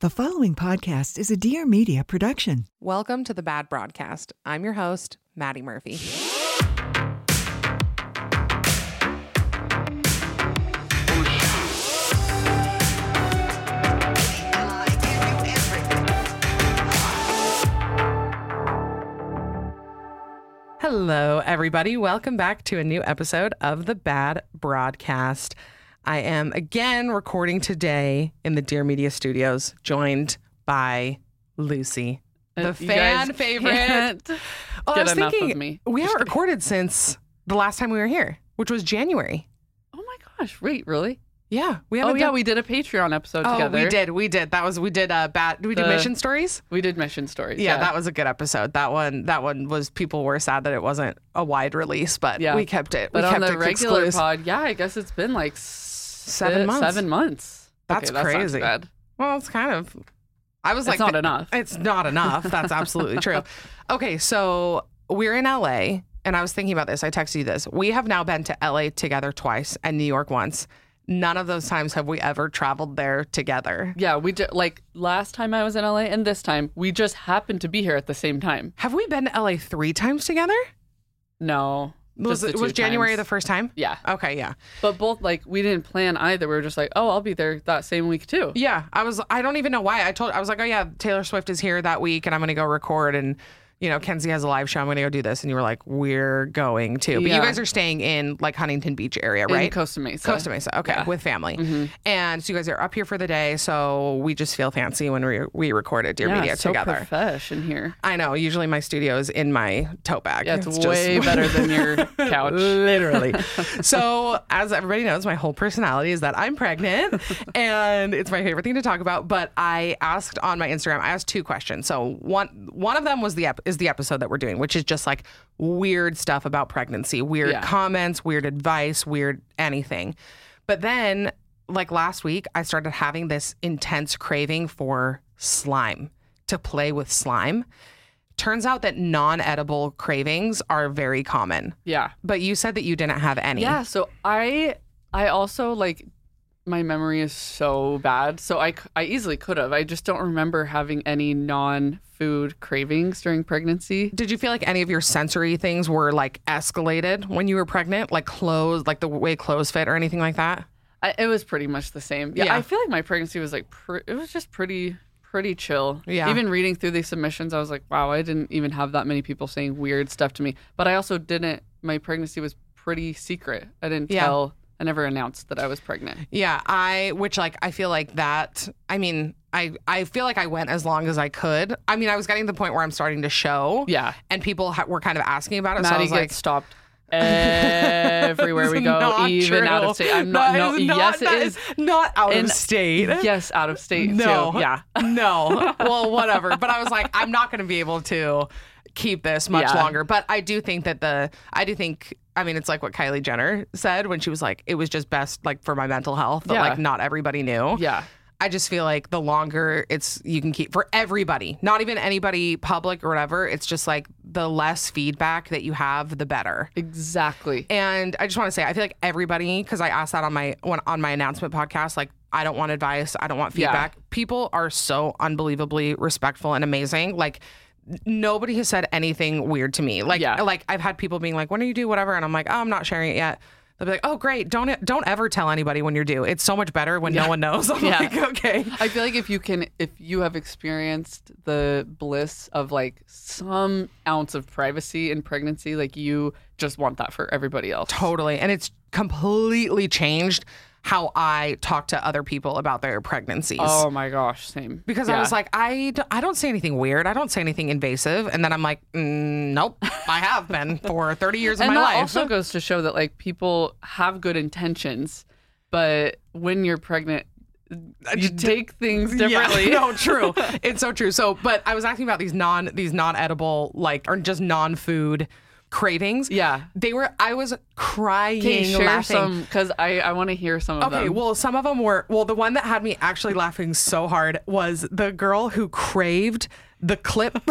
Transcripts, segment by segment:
The following podcast is a Dear Media production. Welcome to the Bad Broadcast. I'm your host, Maddie Murphy. Hello, everybody. Welcome back to a new episode of the Bad Broadcast. I am again recording today in the Dear Media Studios, joined by Lucy, the Uh, you guys fan favorite. can't Oh, I get was enough of thinking me. we haven't recorded since the last time we were here, which was January. Oh my gosh! Wait, really? Yeah, we Oh haven't. yeah, done- we did a Patreon episode Oh, together. we did. We did. That was we did. Uh, bat. We did The- mission stories. We did mission stories. Yeah, that was a good episode. That one. That one was. People were sad that it wasn't a wide release, but Yeah. we kept it. But we on kept the it regular exclusive. pod, yeah, I guess it's been like seven months. Seven months. That's Okay, not too crazy. bad. Well, it's kind of. I was like, It's not enough. It's not enough. That's absolutely true. Okay, so we're in LA, and I was thinking about this. I texted you this. We have now been to LA together twice and New York once. None of those times have we ever traveled there together. Yeah, we did. Like last time I was in LA, and this time we just happened to be here at the same time. Have we been to LA three times together? No, Was, just the it was two January times. the first time? Yeah, Okay, yeah. but both like we didn't plan either. We were just like, oh, I'll be there that same week too. Yeah, I was. I don't even know why. I told. I was like, oh yeah, Taylor Swift is here that week, and I'm gonna go record. And you know, Kenzie has a live show. I'm gonna go do this. And you were like, we're going to. But you Yeah. guys are staying in like Huntington Beach area, In right? Costa Mesa. Costa Mesa. Okay, Yeah. Mm-hmm. with family. And so you guys are up here for the day. So we just feel fancy when we we record at Dear Yeah, Media so together. profesh in here. I know. Usually my studio is in my tote bag. Yeah, it's, just- way better than your couch. Literally. so, as everybody knows, my whole personality is that I'm pregnant and it's my favorite thing to talk about. But I asked on my Instagram, I asked two questions. So one one of them was the ep- is the episode that we're doing, which is just like weird stuff about pregnancy, weird Yeah. comments, weird advice, weird anything. But then, like last week, I started having this intense craving for slime to play with slime. Turns out that non edible cravings are very common. Yeah. But you said that you didn't have any. Yeah, so I I also like my memory is so bad. So I c- I easily could have. I just don't remember having any non-food cravings during pregnancy. Did you feel like any of your sensory things were like escalated when you were pregnant? Like clothes, like the way clothes fit or anything like that? I, it was pretty much the same. Yeah, Yeah. I feel like my pregnancy was like pr- it was just pretty pretty chill. Yeah. Even reading through these submissions, I was like, wow, I didn't even have that many people saying weird stuff to me. But I also didn't. My pregnancy was pretty secret. I didn't Yeah. tell. I never announced that I was pregnant. Yeah, I which like I feel like that I mean, I I feel like I went as long as I could. I mean, I was getting to the point where I'm starting to show. Yeah. And people ha- were kind of asking about it. so I Maddie was gets like stopped everywhere we "It's go, not even true. out of state. I'm not. That no, is not- yes, that it is. not out And- of state. Yes, out of state No. too. Yeah. No. Well, whatever. But I was like, I'm not going to be able to keep this much Yeah. longer. But I do think that the, I do think, I mean, it's like what Kylie Jenner said when she was like, it was just best like for my mental health that Yeah. like not everybody knew. Yeah. I just feel like the longer it's you can keep for everybody, not even anybody public or whatever, it's just like the less feedback that you have, the better. Exactly. And I just want to say, I feel like everybody, because I asked that on my when, on my announcement podcast, like I don't want advice, I don't want Yeah. feedback. People are so unbelievably respectful and amazing. Like n- nobody has said anything weird to me. Like Yeah. like I've had people being like, "When do you do whatever?" and I'm like, "Oh, I'm not sharing it yet." They'll be like, "Oh, great! Don't don't ever tell anybody when you're due. It's so much better when no one knows." I'm Yeah. like, "Okay." I feel like if you can, if you have experienced the bliss of like some ounce of privacy in pregnancy, like you just want that for everybody else. Totally. And it's completely changed how I talk to other people about their pregnancies. Oh my gosh, same. Because I was like, I, d- I don't say anything weird. I don't say anything invasive. And then I'm like, mm, nope, I have been for 30 years of and my that life. also goes to show that like people have good intentions, but when you're pregnant, you take things differently. Yeah, no, true. it's so true. So, but I was asking about these non these non edible like or just non food cravings. Yeah. they were. I was crying, Can you share laughing. some? Because I, I want to hear some of okay, them. well, some of them were. Well, the one that had me actually laughing so hard was the girl who craved the clip.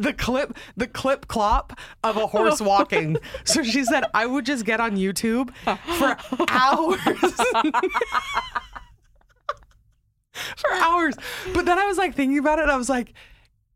The clip, the clip clop of a horse walking. So she said, I would just get on YouTube for hours. for hours. But then I was like thinking about it. and I was like,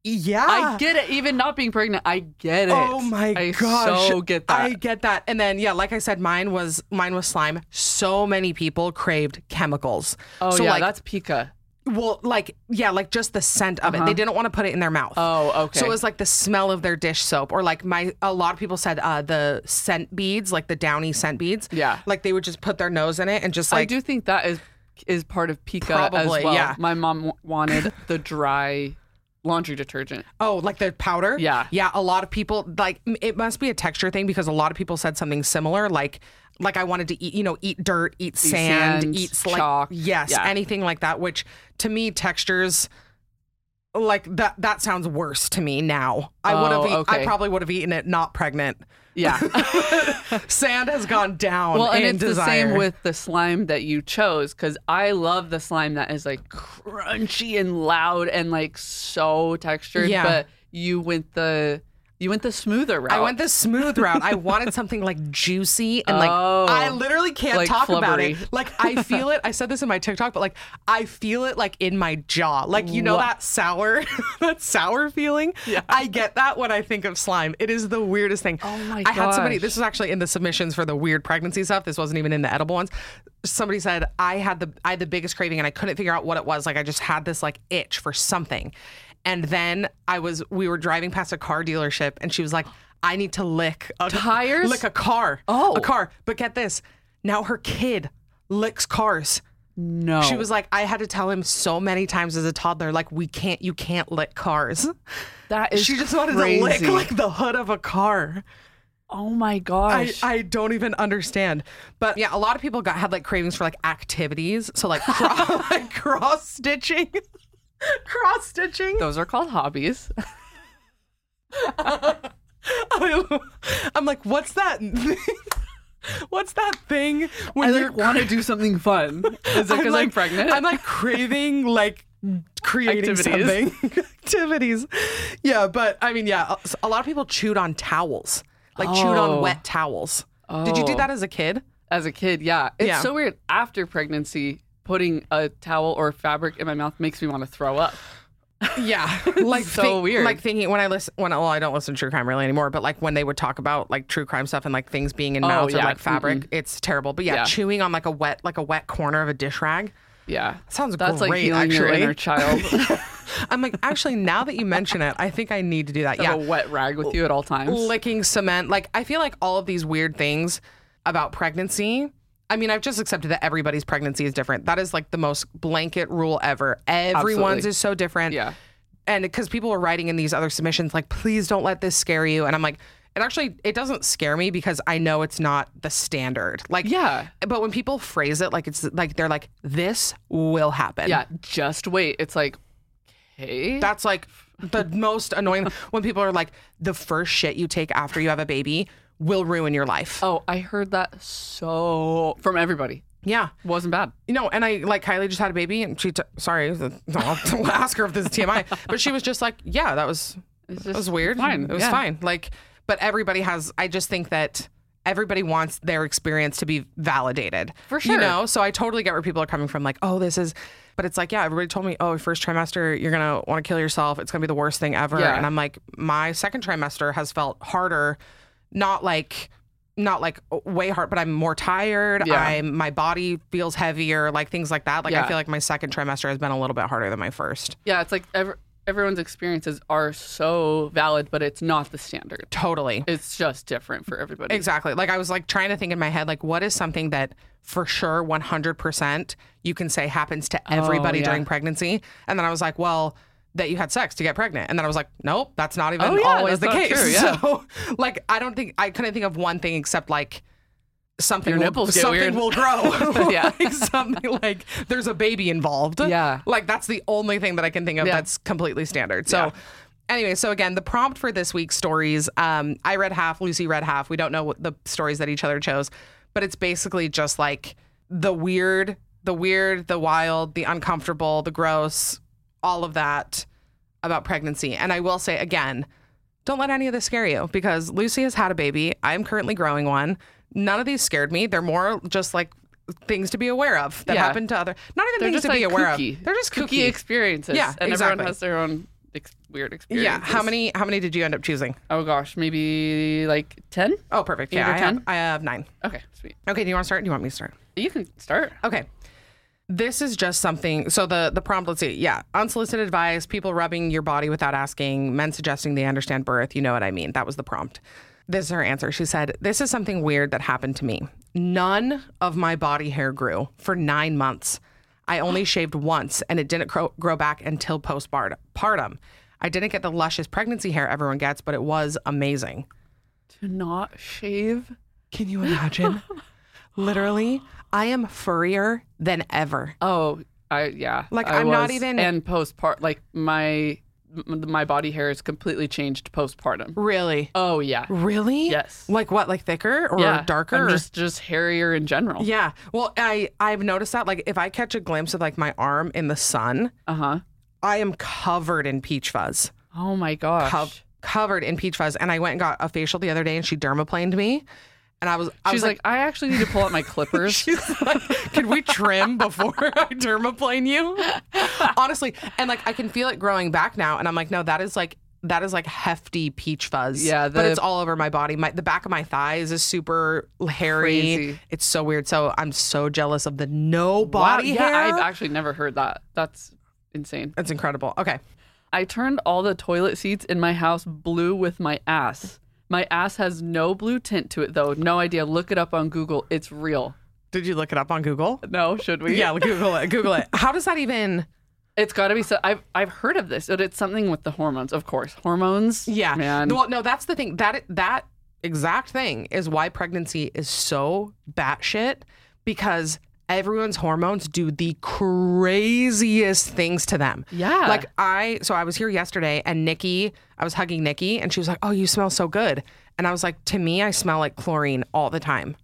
yeah. I get it. Even not being pregnant, I get it. ah. Oh my I gosh. so get that. I get that. And then yeah, like I said, mine was mine was slime. So many people craved chemicals. oh so yeah, like that's Pika. well, like yeah, like just the scent of it. They didn't want to put it in their mouth. Uh-huh. Oh, okay. So it was like the smell of their dish soap, or like my a lot of people said uh, the scent beads, like the downy scent beads. Yeah. like they would just put their nose in it and just I like do think that is is part of Pika as Probably, well. yeah. My mom w- wanted the dry laundry detergent. Oh, like the powder? Yeah. Yeah. A lot of people, like, m- it must be a texture thing because a lot of people said something similar. Like, like I wanted to eat, you know, eat dirt, eat, sand, sand, eat like, chalk. Yes. Yeah. Anything like that, which to me, textures, like that, that sounds worse to me now. I would have, Oh, eat, I okay. probably would have eaten it not pregnant. Yeah. Sand has gone down. well, and in it's desire. the same with the slime that you chose because I love the slime that is like crunchy and loud and like so textured. Yeah. But you went the you went the smoother route. I went the smooth route. I wanted something like juicy and like Oh. I literally can't Like talk about it. flubbery. Like I feel it. I said this in my TikTok, but like I feel it like in my jaw. Like you know Wha- that sour, that sour feeling. Yeah. I get that when I think of slime. It is the weirdest thing. Oh my I had somebody. gosh. This was actually in the submissions for the weird pregnancy stuff. This wasn't even in the edible ones. Somebody said I had the I had the biggest craving and I couldn't figure out what it was. Like I just had this like itch for something. And then I was we were driving past a car dealership and she was like, I need to lick a Tires? Lick a car. Oh. A car. But get this. Now her kid licks cars. no. She was like, I had to tell him so many times as a toddler, like, we can't, you can't lick cars. that is she just wanted to lick crazy. like the hood of a car. oh my I, gosh. I don't even understand. But yeah, a lot of people got had like cravings for like activities. So like, cross, like cross stitching, cross stitching. Those are called hobbies. I'm like, what's that? thing- what's that thing when I you're like want to do something fun. Is it because I'm, pregnant? I'm like craving like creating Activities. something activities. Yeah, but I mean, yeah, a lot of people chewed on towels, like chewed Oh. on wet towels. Did you do Oh. that as a kid? As a kid, yeah. It's Yeah. so weird. After pregnancy, putting a towel or fabric in my mouth makes me want to throw up. Yeah, like So think- weird. Like thinking when I listen, when well, I don't listen to true crime really anymore. But like when they would talk about like true crime stuff and like things being in Oh, mouths yeah. or like fabric, Mm-mm. it's terrible. But yeah, Yeah. chewing on like a wet like a wet corner of a dish rag. Yeah. Sounds That's like great, healing your actually. inner child. I'm like, actually, now that you mention it, I think I need to do that. yeah. Yeah, a wet rag with you at all times. licking cement. Like I feel like all of these weird things about pregnancy. I mean, I've just accepted that everybody's pregnancy is different. That is like the most blanket rule ever. Everyone's Absolutely. is so different. Yeah. And because people were writing in these other submissions, like, please don't let this scare you. And I'm like, it actually it doesn't scare me because I know it's not the standard. Like, Yeah. But when people phrase it like it's like they're like, this will happen. yeah. Just wait. It's like, okay. That's like the most annoying when people are like, the first shit you take after you have a baby will ruin your life. oh, I heard that so from everybody. Yeah. Wasn't bad. You know, and I like Kylie just had a baby and she, t- sorry, I'll ask her if this is TMI, but she was just like, yeah, that was, It's that just was weird. Fine. It was yeah. fine. Like, but everybody has, I just think that everybody wants their experience to be validated. For You sure. know, so I totally get where people are coming from. Like, oh, this is, but it's like, yeah, everybody told me, oh, first trimester, you're going to want to kill yourself. It's going to be the worst thing ever. Yeah. And I'm like, my second trimester has felt harder, not like, not like uh, way hard, but I'm more tired. Yeah. I'm my body feels heavier, like things like that. Like I Yeah. feel like my second trimester has been a little bit harder than my first. Yeah, it's like ev- everyone's experiences are so valid, but it's not the standard. Totally. It's just different for everybody. Exactly. Like I was like trying to think in my head, like what is something that for sure 100% you can say happens to everybody Oh, yeah. during pregnancy. And then I was like, well, that you had sex to get pregnant. And then I was like, nope, that's not even Oh, yeah, always the that's not case. true, yeah. So like, I don't think, I couldn't think of one thing except like, Something Your will- nipples get something weird. will grow. Yeah. like something like there's a baby involved. Yeah. like that's the only thing that I can think of Yeah. that's completely standard. So Yeah. anyway, so again, the prompt for this week's stories, um, I read half, Lucy read half. We don't know what the stories that each other chose, but it's basically just like the weird, the weird, the wild, the uncomfortable, the gross, all of that about pregnancy. And I will say again, don't let any of this scare you because Lucy has had a baby. I'm currently growing one. None of these scared me. They're more just like things to be aware of that Yeah. happened to other not even They're things just to like be aware kooky. of. They're just kooky, kooky experiences. Yeah, and exactly. everyone has their own ex- weird experiences. Yeah. How many how many did you end up choosing? Oh gosh, maybe like ten. Oh perfect. Yeah. Eight or I have, 10? I have nine. Okay, sweet. Okay, do you want to start? Do you want me to start? You can start. Okay. This is just something. So the the prompt. Let's see. Yeah, unsolicited advice. People rubbing your body without asking. Men suggesting they understand birth. You know what I mean. That was the prompt. This is her answer. She said, "This is something weird that happened to me. None of my body hair grew for nine months. I only shaved once, and it didn't grow, grow back until postpartum. I didn't get the luscious pregnancy hair everyone gets, but it was amazing. To not shave. Can you imagine? Literally, I am furrier than ever." Oh, I yeah. Like, I I'm not was- even- and postpart. Like my m- my body hair is completely changed postpartum. Really? Oh yeah. Really? Yes. Like what? Like thicker or yeah. darker? I'm or- just just hairier in general. yeah. Well, I I've noticed that. Like if I catch a glimpse of like my arm in the sun, Uh huh. I am covered in peach fuzz. Oh my gosh. Co- covered in peach fuzz. And I went and got a facial the other day, and she dermaplaned me. And I was, I She's was like, I actually need to pull out my clippers. She's like, can we trim before I dermaplane you? Honestly, and like I can feel it growing back now, and I'm like, no, that is like that is like hefty peach fuzz. Yeah, but the- it's all over my body. My the back of my thighs is super hairy. Crazy. It's so weird. So I'm so jealous of the no Wow, body yeah, hair. I've actually never heard that. That's insane. it's incredible. Okay, I turned all the toilet seats in my house blue with my ass. My ass has no blue tint to it though. No idea. Look it up on Google. It's real. did you look it up on Google? No, should we? Yeah, Google it. Google it. How does that even? It's got to be. So I've I've heard of this, but it's something with the hormones, of course. Hormones. Yeah. man. Well, no, that's the thing. That that exact thing is why pregnancy is so batshit because everyone's hormones do the craziest things to them. Yeah. Like I so I was here yesterday and Nikki, I was hugging Nikki and she was like, "Oh, you smell so good." And I was like, "To me, I smell like chlorine all the time."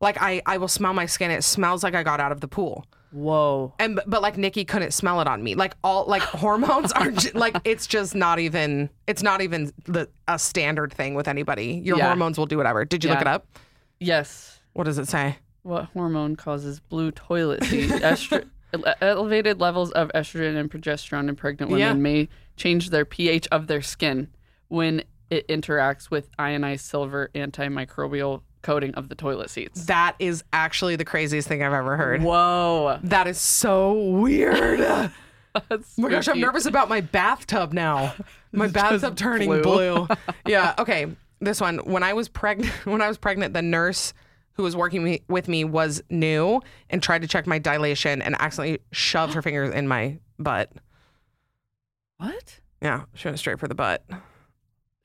Like I I will smell my skin. It smells like I got out of the pool Whoa. and but, but like Nikki couldn't smell it on me. Like all like hormones are ju- like it's just not even it's not even the a standard thing with anybody. Your Yeah. hormones will do whatever. Did you look Yeah. it up? Yes. What does it say? What hormone causes blue toilet seat? Estro- ele- elevated levels of estrogen and progesterone in pregnant women Yeah. may change their pH of their skin when it interacts with ionized silver antimicrobial coating of the toilet seats. That is actually the craziest thing I've ever heard. Whoa. That is so weird. oh That's my gosh, I'm spooky. nervous about my bathtub now. My bathtub turning blue. blue. yeah. Okay. This one. When I was pregnant, when I was pregnant, the nurse who was working me- with me was new and tried to check my dilation and accidentally shoved her fingers in my butt. What? Yeah, she went straight for the butt.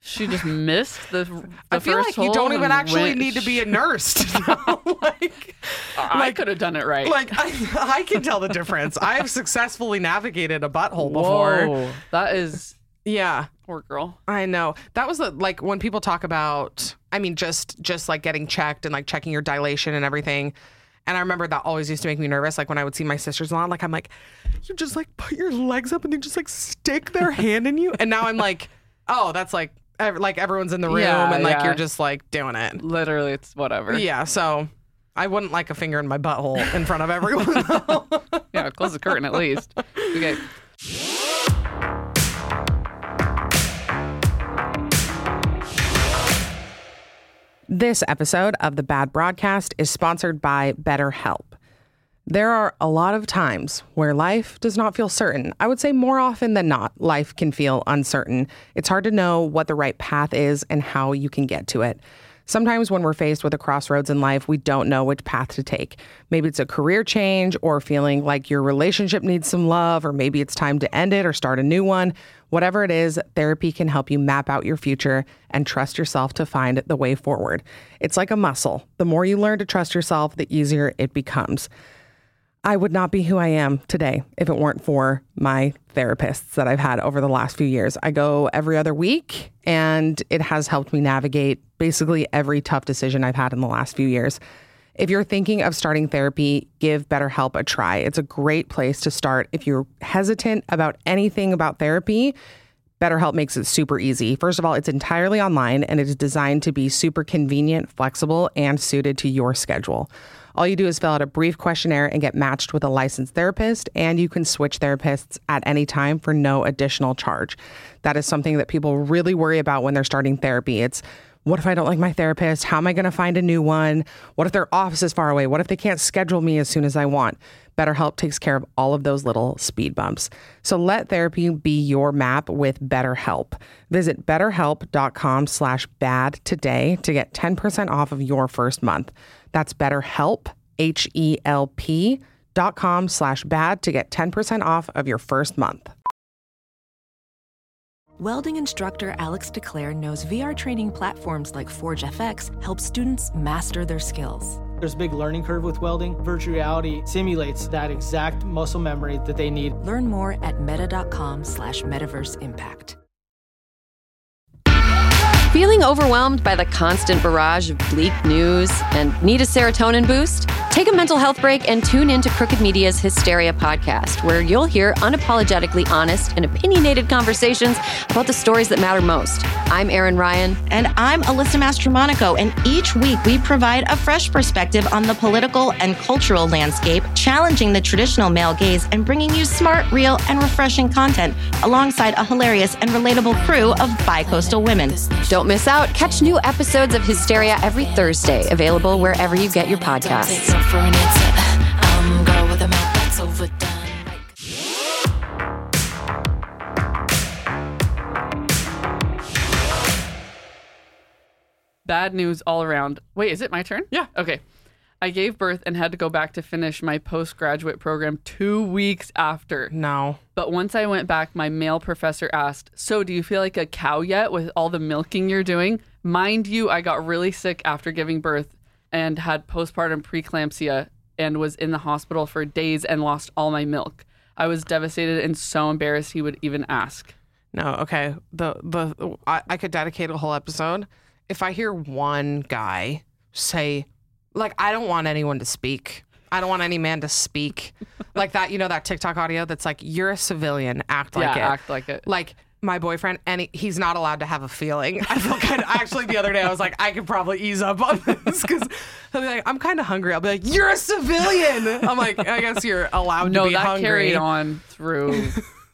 She just missed the. the I feel first like you don't hole even and actually went- need to be a nurse. To know. like, I like- could have done it right. like I, I can tell the difference. I've successfully navigated a butthole before. Whoa. That is Yeah, poor girl. I know. That was the, like when people talk about. I mean, just just like getting checked and like checking your dilation and everything. And I remember that always used to make me nervous. Like when I would see my sisters-in-law, like I'm like, you just like put your legs up and they just like stick their hand in you. And now I'm like, oh, that's like ev- like everyone's in the room Yeah, and like yeah. you're just like doing it. Literally, it's whatever. Yeah, so I wouldn't like a finger in my butthole in front of everyone. yeah, close the curtain at least. Okay. This episode of the Bad Broadcast is sponsored by BetterHelp. There are a lot of times where life does not feel certain. I would say more often than not, life can feel uncertain. It's hard to know what the right path is and how you can get to it. Sometimes, when we're faced with a crossroads in life, we don't know which path to take. Maybe it's a career change or feeling like your relationship needs some love, or maybe it's time to end it or start a new one. Whatever it is, therapy can help you map out your future and trust yourself to find the way forward. It's like a muscle. The more you learn to trust yourself, the easier it becomes. I would not be who I am today if it weren't for my therapists that I've had over the last few years. I go every other week, and it has helped me navigate basically every tough decision I've had in the last few years. If you're thinking of starting therapy, give BetterHelp a try. It's a great place to start. If you're hesitant about anything about therapy, BetterHelp makes it super easy. First of all, it's entirely online and it is designed to be super convenient, flexible, and suited to your schedule. All you do is fill out a brief questionnaire and get matched with a licensed therapist, and you can switch therapists at any time for no additional charge. That is something that people really worry about when they're starting therapy. It's what if I don't like my therapist? How am I going to find a new one? What if their office is far away? What if they can't schedule me as soon as I want? BetterHelp takes care of all of those little speed bumps. So let therapy be your map with BetterHelp. Visit betterhelp.com slash bad today to get 10% off of your first month. That's betterhelp, H-E-L-P dot com slash bad to get 10% off of your first month. Welding instructor Alex DeClaire knows VR training platforms like ForgeFX help students master their skills. There's a big learning curve with welding. Virtual reality simulates that exact muscle memory that they need. Learn more at meta.com slash metaverse impact. Feeling overwhelmed by the constant barrage of bleak news and need a serotonin boost? Take a mental health break and tune in to Crooked Media's Hysteria podcast, where you'll hear unapologetically honest and opinionated conversations about the stories that matter most. I'm Erin Ryan. And I'm Alyssa Mastromonaco, and each week we provide a fresh perspective on the political and cultural landscape, challenging the traditional male gaze and bringing you smart, real, and refreshing content alongside a hilarious and relatable crew of bi-coastal women. Don't miss out. Catch new episodes of Hysteria every Thursday, available wherever you get your podcasts. Bad news all around. Wait, is it my turn? Yeah. Okay. I gave birth and had to go back to finish my postgraduate program two weeks after. No. But once I went back, my male professor asked, So, do you feel like a cow yet with all the milking you're doing? Mind you, I got really sick after giving birth and had postpartum preeclampsia and was in the hospital for days and lost all my milk. I was devastated and so embarrassed he would even ask. No, okay. The the I, I could dedicate a whole episode. If I hear one guy say, like, I don't want anyone to speak. I don't want any man to speak. like that, you know, that TikTok audio that's like, you're a civilian, act like yeah, it. act like it. like my boyfriend, and he, he's not allowed to have a feeling. I feel kind of, actually the other day I was like, I could probably ease up on this because he'll be like, I'm kind of hungry. I'll be like, you're a civilian. I'm like, I guess you're allowed to no, be that hungry carried on through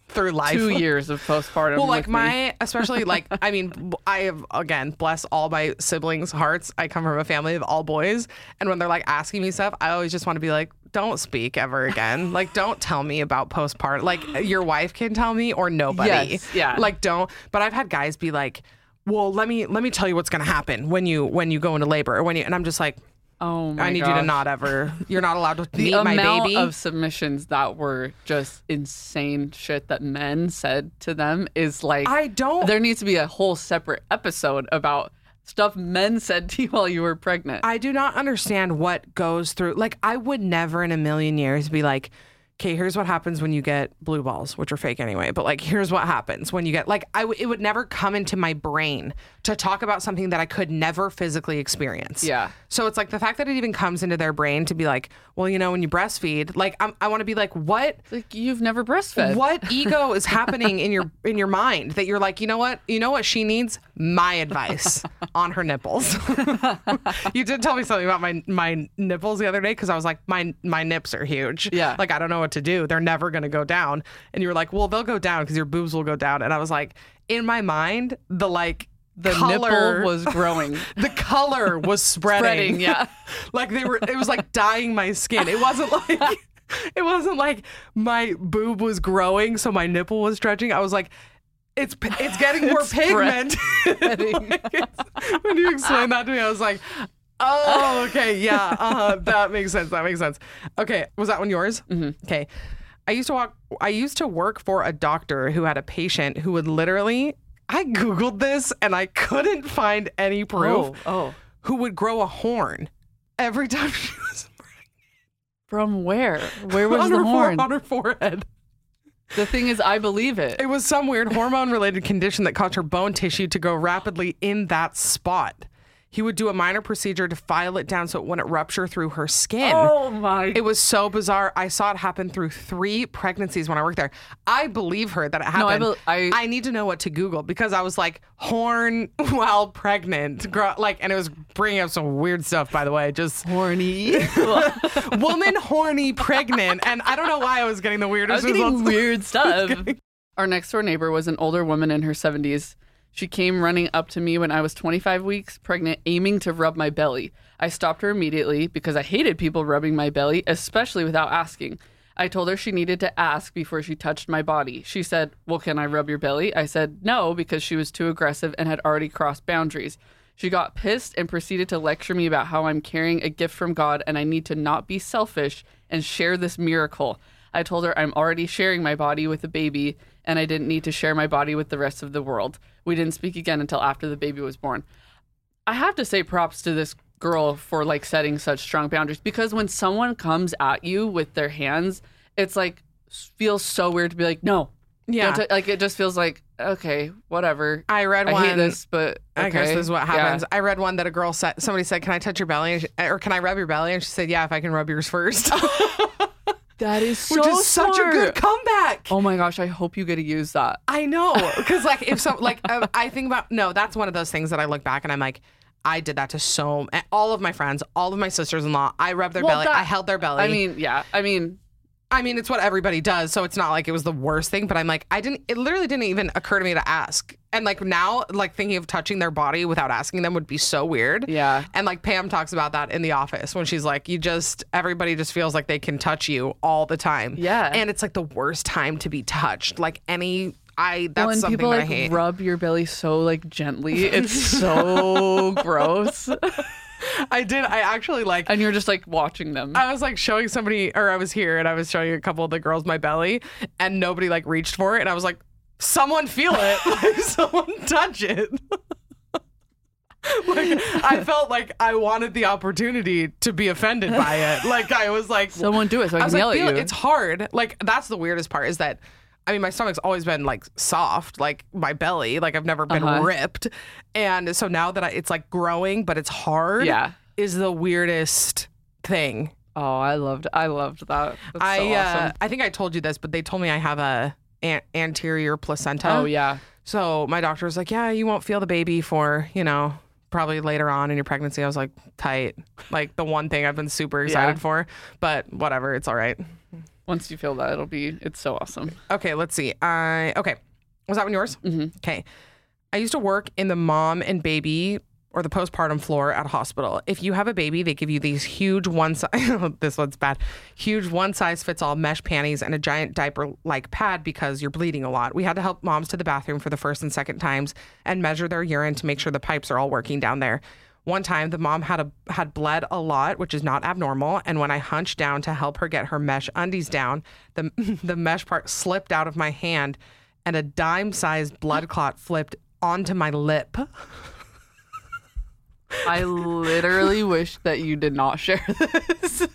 through life. two years of postpartum. Well, like with me. my, especially like, I mean, I have, again, bless all my siblings' hearts. I come from a family of all boys. And when they're like asking me stuff, I always just want to be like, don't speak ever again. Like, don't tell me about postpartum. Like, your wife can tell me or nobody. Yes, yeah. Like, don't. But I've had guys be like, well, let me let me tell you what's gonna happen when you when you go into labor or when you and I'm just like oh my I need you to gosh. not ever you're not allowed to meet the my amount baby of submissions that were just insane shit that men said to them is like I don't- There needs to be a whole separate episode about stuff men said to you while you were pregnant. I do not understand what goes through. Like, I would never in a million years be like, okay, here's what happens when you get blue balls, which are fake anyway, but like, here's what happens when you get, like, I w- it would never come into my brain to talk about something that I could never physically experience. Yeah. So it's like the fact that it even comes into their brain to be like, well, you know, when you breastfeed, like, I'm, I want to be like, what? like you've never breastfed. What ego is happening in your in your mind that you're like, you know what, you know what she needs? My advice on her nipples. you did tell me something about my my nipples the other day because I was like, my my nips are huge. Yeah. like I don't know what to do. They're never gonna go down. And you were like, well, they'll go down because your boobs will go down. And I was like, in my mind, the like the Color. nipple was growing. the color was spreading. Spreading, yeah. Oh, like they were it was like dyeing my skin. It wasn't like it wasn't like my boob was growing so my nipple was stretching. I was like it's p- it's getting more pigment. Like, it's- when you explained that to me I was like Oh, okay, yeah, uh-huh. that makes sense. That makes sense. Okay, was that one yours? Mm-hmm. Okay, I used to walk. I used to work for a doctor who had a patient who would literally. I googled this and I couldn't find any proof. Oh, oh. who would grow a horn every time she was From where? Where was on the her fore- horn? on her forehead? The thing is, I believe it. It was some weird hormone related condition that caused her bone tissue to grow rapidly in that spot. He would do a minor procedure to file it down so it wouldn't rupture through her skin. Oh my! It was so bizarre. I saw it happen through three pregnancies when I worked there. I believe her that it No, I happened. bel- I- need to know what to Google because I was like horn while pregnant, Gro- like, and it was bringing up some weird stuff. By the way, just horny. woman horny pregnant, and I don't know why I was getting the weirdest I was getting results. weird stuff. Our next door neighbor was an older woman in her 70s. She came running up to me when I was 25 weeks pregnant, aiming to rub my belly. I stopped her immediately because I hated people rubbing my belly, especially without asking. I told her she needed to ask before she touched my body. She said, Well, can I rub your belly? I said no because she was too aggressive and had already crossed boundaries. She got pissed and proceeded to lecture me about how I'm carrying a gift from God and I need to not be selfish and share this miracle. I told her I'm already sharing my body with the baby and I didn't need to share my body with the rest of the world. We didn't speak again until after the baby was born. I have to say props to this girl for like setting such strong boundaries because when someone comes at you with their hands, it's like s- feels so weird to be like, no. Yeah. Don't t- like it just feels like, okay, whatever. I read I one. hate this, but I guess okay. this is what Yeah. happens. I read one that a girl said. Somebody said, "Can I touch your belly?" And she- or "Can I rub your belly?" And she said, "Yeah, if I can rub yours first. That is so which is such a good smart. comeback. Oh my gosh, I hope you get to use that. I know, because like if some like um, I think about no, that's one of those things that I look back and I'm like, I did that to so and all of my friends, all of my sisters-in-law. I rubbed their Well, belly, that- I held their belly. I mean, yeah. I mean, I mean, it's what everybody does, so it's not like it was the worst thing. But I'm like, I didn't. It literally didn't even occur to me to ask. And like now, like thinking of touching their body without asking them would be so weird. Yeah. And like Pam talks about that in the office when she's like, you just everybody just feels like they can touch you all the time. Yeah. And it's like the worst time to be touched. Like any, I that's when something people that like I hate. rub your belly so like gently, it's so gross. I did. I actually like. And you're just like watching them. I was like showing somebody, or I was here and I was showing a couple of the girls my belly, and nobody like reached for it. And I was like, someone feel it. Like, someone touch it. like, I felt like I wanted the opportunity to be offended by it. Like, I was like, Someone do it so I I can was yell like, at feel you. it. It's hard. Like, that's the weirdest part is that. I mean, my stomach's always been like soft, like my belly, like I've never been Uh-huh. ripped. And so now that I, it's like growing, but it's hard Yeah. is the weirdest thing. Oh, I loved I loved that. That's I so uh, awesome. I think I told you this, but they told me I have a an- anterior placenta. Oh yeah. So my doctor was like, "Yeah, you won't feel the baby for you know probably later on in your pregnancy." I was like, "Tight." Like the one thing I've been super excited for, but whatever, it's all right. Once you feel that, it'll be it's so awesome. Okay, let's see. I okay, was that one yours? Mm-hmm. Okay, I used to work in the mom and baby or the postpartum floor at a hospital. If you have a baby, they give you these huge one size. this one's bad. Huge one size fits all mesh panties and a giant diaper like pad because you're bleeding a lot. We had to help moms to the bathroom for the first and second times and measure their urine to make sure the pipes are all working down there. One time, the mom had a had bled a lot, which is not abnormal. And when I hunched down to help her get her mesh undies down, the the mesh part slipped out of my hand, and a dime sized blood clot flipped onto my lip. I literally wish that you did not share this.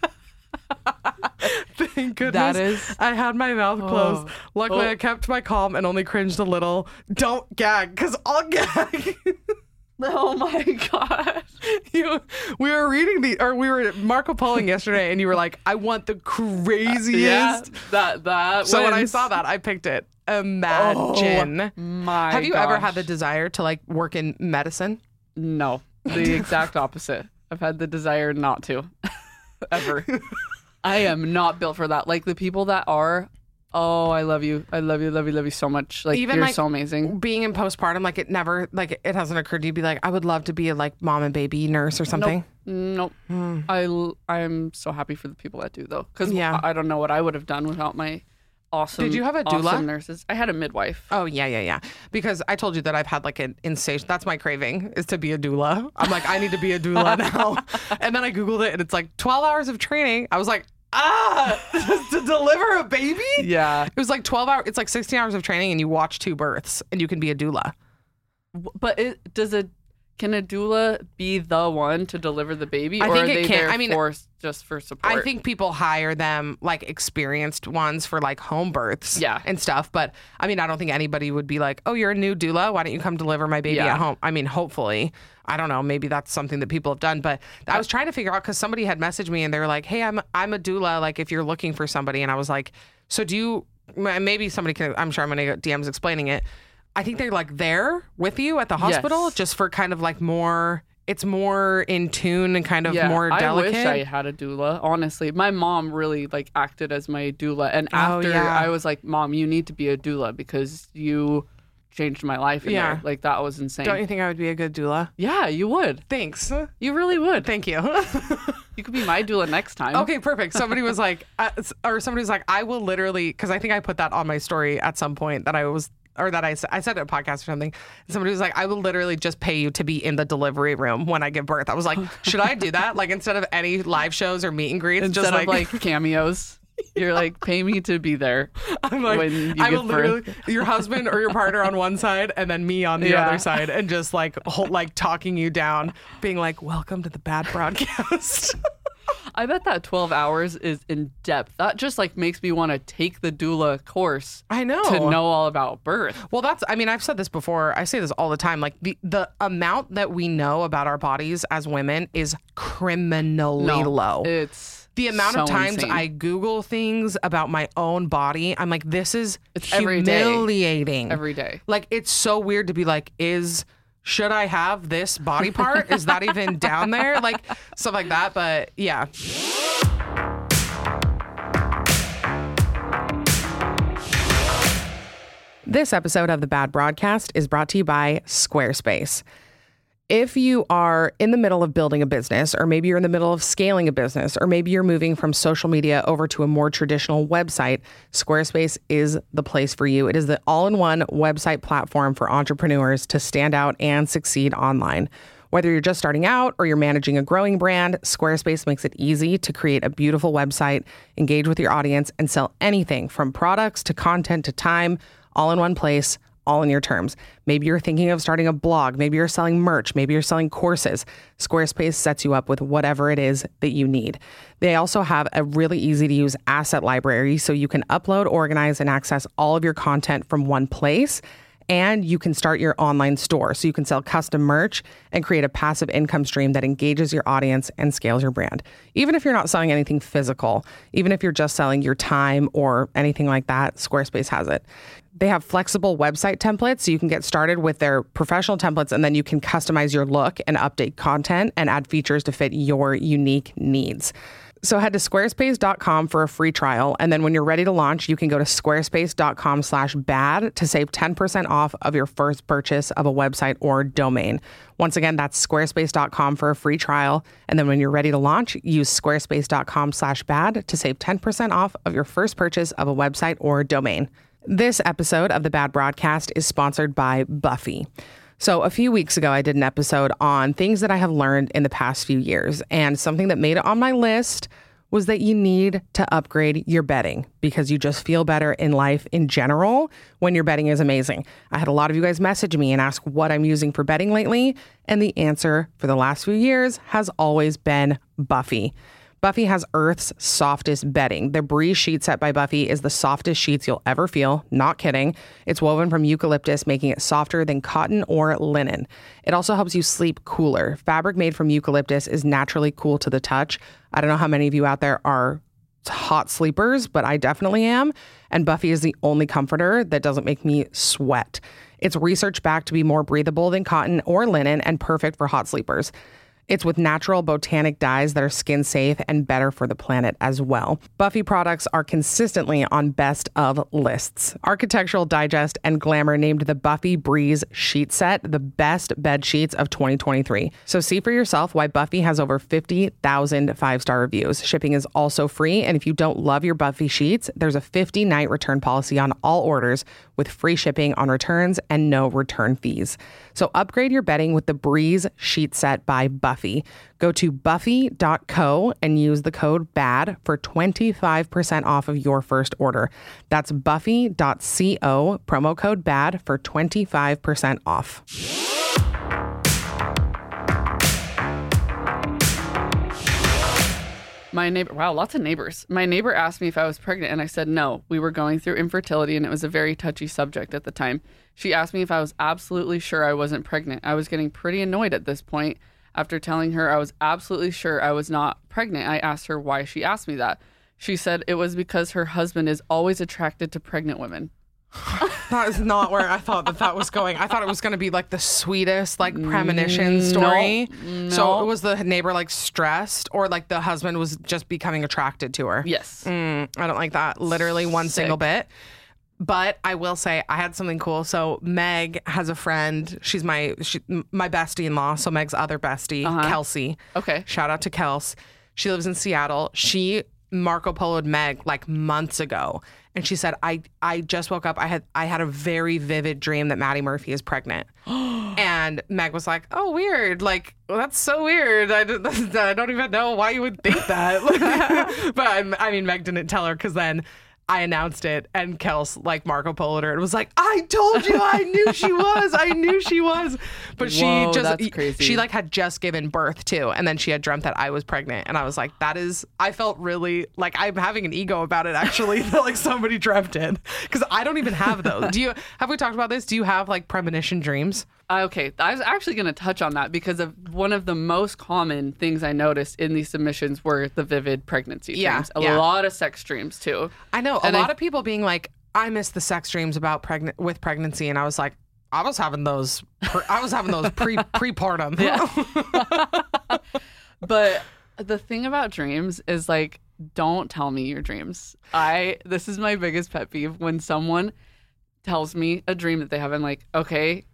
Thank goodness. That is- I had my mouth closed. Oh. Luckily, Oh. I kept my calm and only cringed a little. Don't gag, cause I'll gag. Oh my god. you, we were reading the, or we were Marco Poloing yesterday, and you were like, "I want the craziest." Yeah, that that So when I wins. Oh saw that, I picked it. Imagine. my Have you ever had gosh. the desire to like work in medicine? No, the exact opposite. I've had the desire not to ever. I am not built for that. Like the people that are Oh, I love you. I love you. Love you. Love you so much. Like Even you're like so amazing. Being in postpartum, like it never, like it hasn't occurred to you, be like, I would love to be a like mom and baby nurse or something. Nope. I l- I'm so happy for the people that do though, because Hmm. Yeah. I don't know what I would have done without my awesome. Did you have a doula? awesome nurses. I had a midwife. Oh yeah, yeah, yeah. Because I told you that I've had like an insatiable. That's my craving is to be a doula. I'm like, I need to be a doula now. and then I googled it, and it's like 12 hours of training. I was like, ah, to deliver a baby. Yeah. It was like 12 hours. It's like 16 hours of training, and you watch two births, and you can be a doula. But it, does a can a doula be the one to deliver the baby, I or think are it they can. there I mean, for s- just for support? I think people hire them like experienced ones for like home births Yeah. and stuff. But I mean, I don't think anybody would be like, oh, you're a new doula. Why don't you come deliver my baby Yeah. at home? I mean, hopefully. I don't know. Maybe that's something that people have done. But I was trying to figure out because somebody had messaged me and they were like, hey, I'm, I'm a doula. Like, if you're looking for somebody. And I was like, so do you, m- maybe somebody can, I'm sure I'm going to get DMs explaining it. I think they're like there with you at the hospital Yes. just for kind of like more. It's more in tune and kind of yeah, more delicate. I wish I had a doula. Honestly, my mom really like acted as my doula, and Oh, after yeah. I was like, "Mom, you need to be a doula because you changed my life." In Yeah. there. like that was insane. Don't you think I would be a good doula? yeah, you would. Thanks. You really would. Thank you. You could be my doula next time. okay, perfect. Somebody was like, uh, s- or somebody was like, I will literally, because I think I put that on my story at some point that I was, or that I, s- I said it in a podcast or something. Somebody was like, I will literally just pay you to be in the delivery room when I give birth. I was like, should I do that? Like, instead of any live shows or meet and greets, Instead just like, of like cameos, you're like, "Pay me to be there." I'm like, when you I give will birth. literally, your husband or your partner on one side and then me on the Yeah. other side and just like, hold, like talking you down, being like, welcome to the bad broadcast. I bet that 12 hours is in depth. That just like makes me want to take the doula course I know. to know all about birth. Well, that's, I mean, I've said this before. I say this all the time. Like, the, the amount that we know about our bodies as women is criminally low. It's the amount of so times insane. I Google things about my own body, I'm like, this is It's every day. humiliating. every day. Like, it's so weird to be like, is, should I have this body part? is that even down there? Like, stuff like that. But yeah. This episode of The Bad Broadcast is brought to you by Squarespace. If you are in the middle of building a business, or maybe you're in the middle of scaling a business, or maybe you're moving from social media over to a more traditional website, Squarespace is the place for you. It is the all in one website platform for entrepreneurs to stand out and succeed online. Whether you're just starting out or you're managing a growing brand, Squarespace makes it easy to create a beautiful website, engage with your audience, and sell anything from products to content to time, all in one place all in your terms. Maybe you're thinking of starting a blog, maybe you're selling merch, maybe you're selling courses. Squarespace sets you up with whatever it is that you need. They also have a really easy to use asset library so you can upload, organize, and access all of your content from one place. And you can start your online store so you can sell custom merch and create a passive income stream that engages your audience and scales your brand. Even if you're not selling anything physical, even if you're just selling your time or anything like that, Squarespace has it. They have flexible website templates so you can get started with their professional templates and then you can customize your look and update content and add features to fit your unique needs. So head to squarespace.com for a free trial and then when you're ready to launch, you can go to squarespace.com/bad slash bad to save 10% off of your first purchase of a website or domain. Once again, that's squarespace.com for a free trial and then when you're ready to launch, use squarespace.com/bad slash bad to save 10% off of your first purchase of a website or domain. This episode of The Bad Broadcast is sponsored by Buffy. So, a few weeks ago, I did an episode on things that I have learned in the past few years. And something that made it on my list was that you need to upgrade your betting because you just feel better in life in general when your betting is amazing. I had a lot of you guys message me and ask what I'm using for betting lately. And the answer for the last few years has always been Buffy. Buffy has Earth's softest bedding. The Bree sheet set by Buffy is the softest sheets you'll ever feel. Not kidding. It's woven from eucalyptus, making it softer than cotton or linen. It also helps you sleep cooler. Fabric made from eucalyptus is naturally cool to the touch. I don't know how many of you out there are hot sleepers, but I definitely am. And Buffy is the only comforter that doesn't make me sweat. It's research backed to be more breathable than cotton or linen and perfect for hot sleepers. It's with natural botanic dyes that are skin safe and better for the planet as well. Buffy products are consistently on best of lists. Architectural Digest and Glamour named the Buffy Breeze sheet set the best bed sheets of 2023. So see for yourself why Buffy has over 50,000 five-star reviews. Shipping is also free, and if you don't love your Buffy sheets, there's a 50-night return policy on all orders with free shipping on returns and no return fees. So upgrade your bedding with the Breeze sheet set by Buffy. Go to buffy.co and use the code BAD for 25% off of your first order. That's buffy.co, promo code BAD for 25% off. My neighbor, wow, lots of neighbors. My neighbor asked me if I was pregnant, and I said no. We were going through infertility, and it was a very touchy subject at the time. She asked me if I was absolutely sure I wasn't pregnant. I was getting pretty annoyed at this point. After telling her I was absolutely sure I was not pregnant, I asked her why she asked me that. She said it was because her husband is always attracted to pregnant women. That is not where I thought that that was going. I thought it was going to be like the sweetest, like premonition story. So it was the neighbor like stressed, or like the husband was just becoming attracted to her. Yes. Mm, I don't like that. Literally one single bit. But I will say I had something cool. So Meg has a friend. She's my she, m- my bestie in law. So Meg's other bestie, Kelsey. Okay. Shout out to Kels. She lives in Seattle. She Marco Poloed Meg like months ago, and she said, "I I just woke up. I had I had a very vivid dream that Maddie Murphy is pregnant." and Meg was like, "Oh, weird. Like well, that's so weird. I, did- I don't even know why you would think that." Like, but um, I, I mean, Meg didn't tell her because then. I announced it, and Kels like Marco Poloed her and was like, "I told you, I knew she was, I knew she was." But Whoa, she just that's crazy. she like had just given birth too, and then she had dreamt that I was pregnant, and I was like, "That is." I felt really like I'm having an ego about it actually, that like somebody dreamt it because I don't even have those. Do you have we talked about this? Do you have like premonition dreams? Uh, Okay, I was actually going to touch on that because of one of the most common things I noticed in these submissions were the vivid pregnancy Yeah, dreams. A yeah. lot of sex dreams too. I know a And I- lot of people being like, "I miss the sex dreams about pregnant with pregnancy," and I was like. I was having those. Pre- I was having those pre prepartum. But the thing about dreams is like, don't tell me your dreams. I this is my biggest pet peeve when someone tells me a dream that they have. I'm like, okay,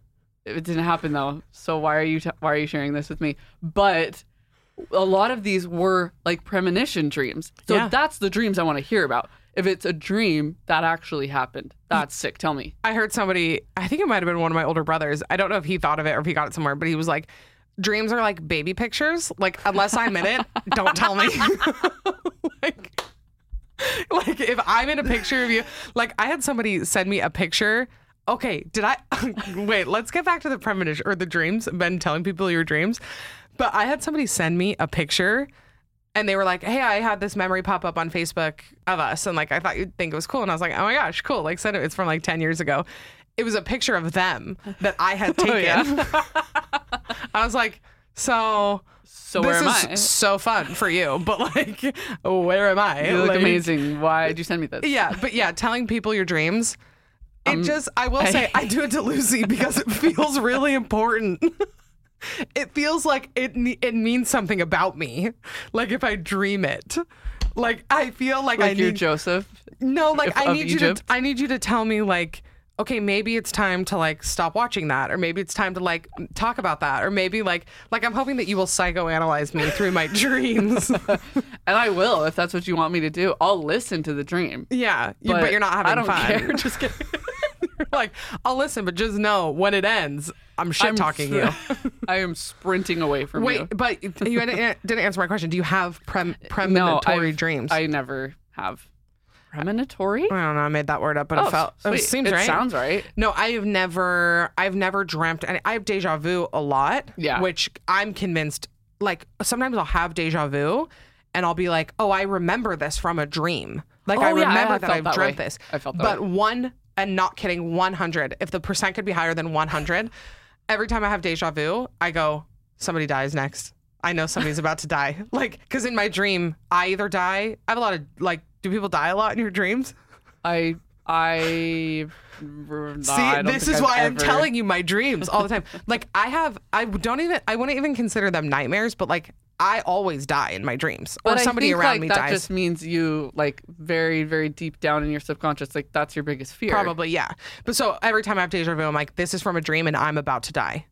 it didn't happen though. So why are you t- why are you sharing this with me? But a lot of these were like premonition dreams. So Yeah. that's the dreams I want to hear about. If it's a dream that actually happened, that's sick. Tell me. I heard somebody, I think it might have been one of my older brothers. I don't know if he thought of it or if he got it somewhere, but he was like, dreams are like baby pictures. Like, unless I'm in it, don't tell me. like, like, if I'm in a picture of you, like, I had somebody send me a picture. Okay, did I? wait, let's get back to the premonition or the dreams, been telling people your dreams. But I had somebody send me a picture and they were like, "Hey, I had this memory pop up on Facebook of us, and like I thought you'd think it was cool." And I was like, "Oh my gosh, cool!" Like, said it- it's from like ten years ago. It was a picture of them that I had Oh, taken. I was like, "So." So this where am is I? so fun for you, but like, where am I? you look Like- amazing. Why did you send me this? Yeah, but yeah, telling people your dreams. It just, I will say, I do it to Lucy because it feels really important. it feels like it ne- it means something about me. Like if I dream it, like I feel like, I Like you're need Joseph. no, like I of need Egypt? you to I need you to tell me like okay, maybe it's time to like stop watching that or maybe it's time to like talk about that or maybe like like I'm hoping that you will psychoanalyze me through my dreams. And I will if that's what you want me to do. I'll listen to the dream. yeah, you, but, you're not having I don't fun. care. Just kidding. You're like, I'll listen, but just know when it ends, I'm shit talking you. I am sprinting away from Wait, you. but you didn't didn't answer my question. Do you have prem- premonitory I've- dreams? I never have. Premonitory? I don't know. I made that word up, but Oh, it felt sweet. it seems It right. sounds right. No, I have never, I've never dreamt, and I have deja vu a lot. Yeah. which I'm convinced. Like sometimes I'll have deja vu, and I'll be like, oh, I remember this from a dream. Like Oh, I yeah, I remember have that felt I've that dreamt way. this. I felt that But way. one, and not kidding, 100. If the percent could be higher than 100, every time I have deja vu, I go, somebody dies next. I know somebody's about to die. Like, because in my dream, I either die. I have a lot of like. Do people die a lot in your dreams? I I. See, this is why I'm telling you my dreams all the time. like I have, I don't even, I wouldn't even consider them nightmares, but like I always die in my dreams, or But I somebody think, around like, me that dies. just means you like very, very deep down in your subconscious, like that's your biggest fear. Probably, yeah. But so every time I have deja vu, I'm like, this is from a dream, and I'm about to die.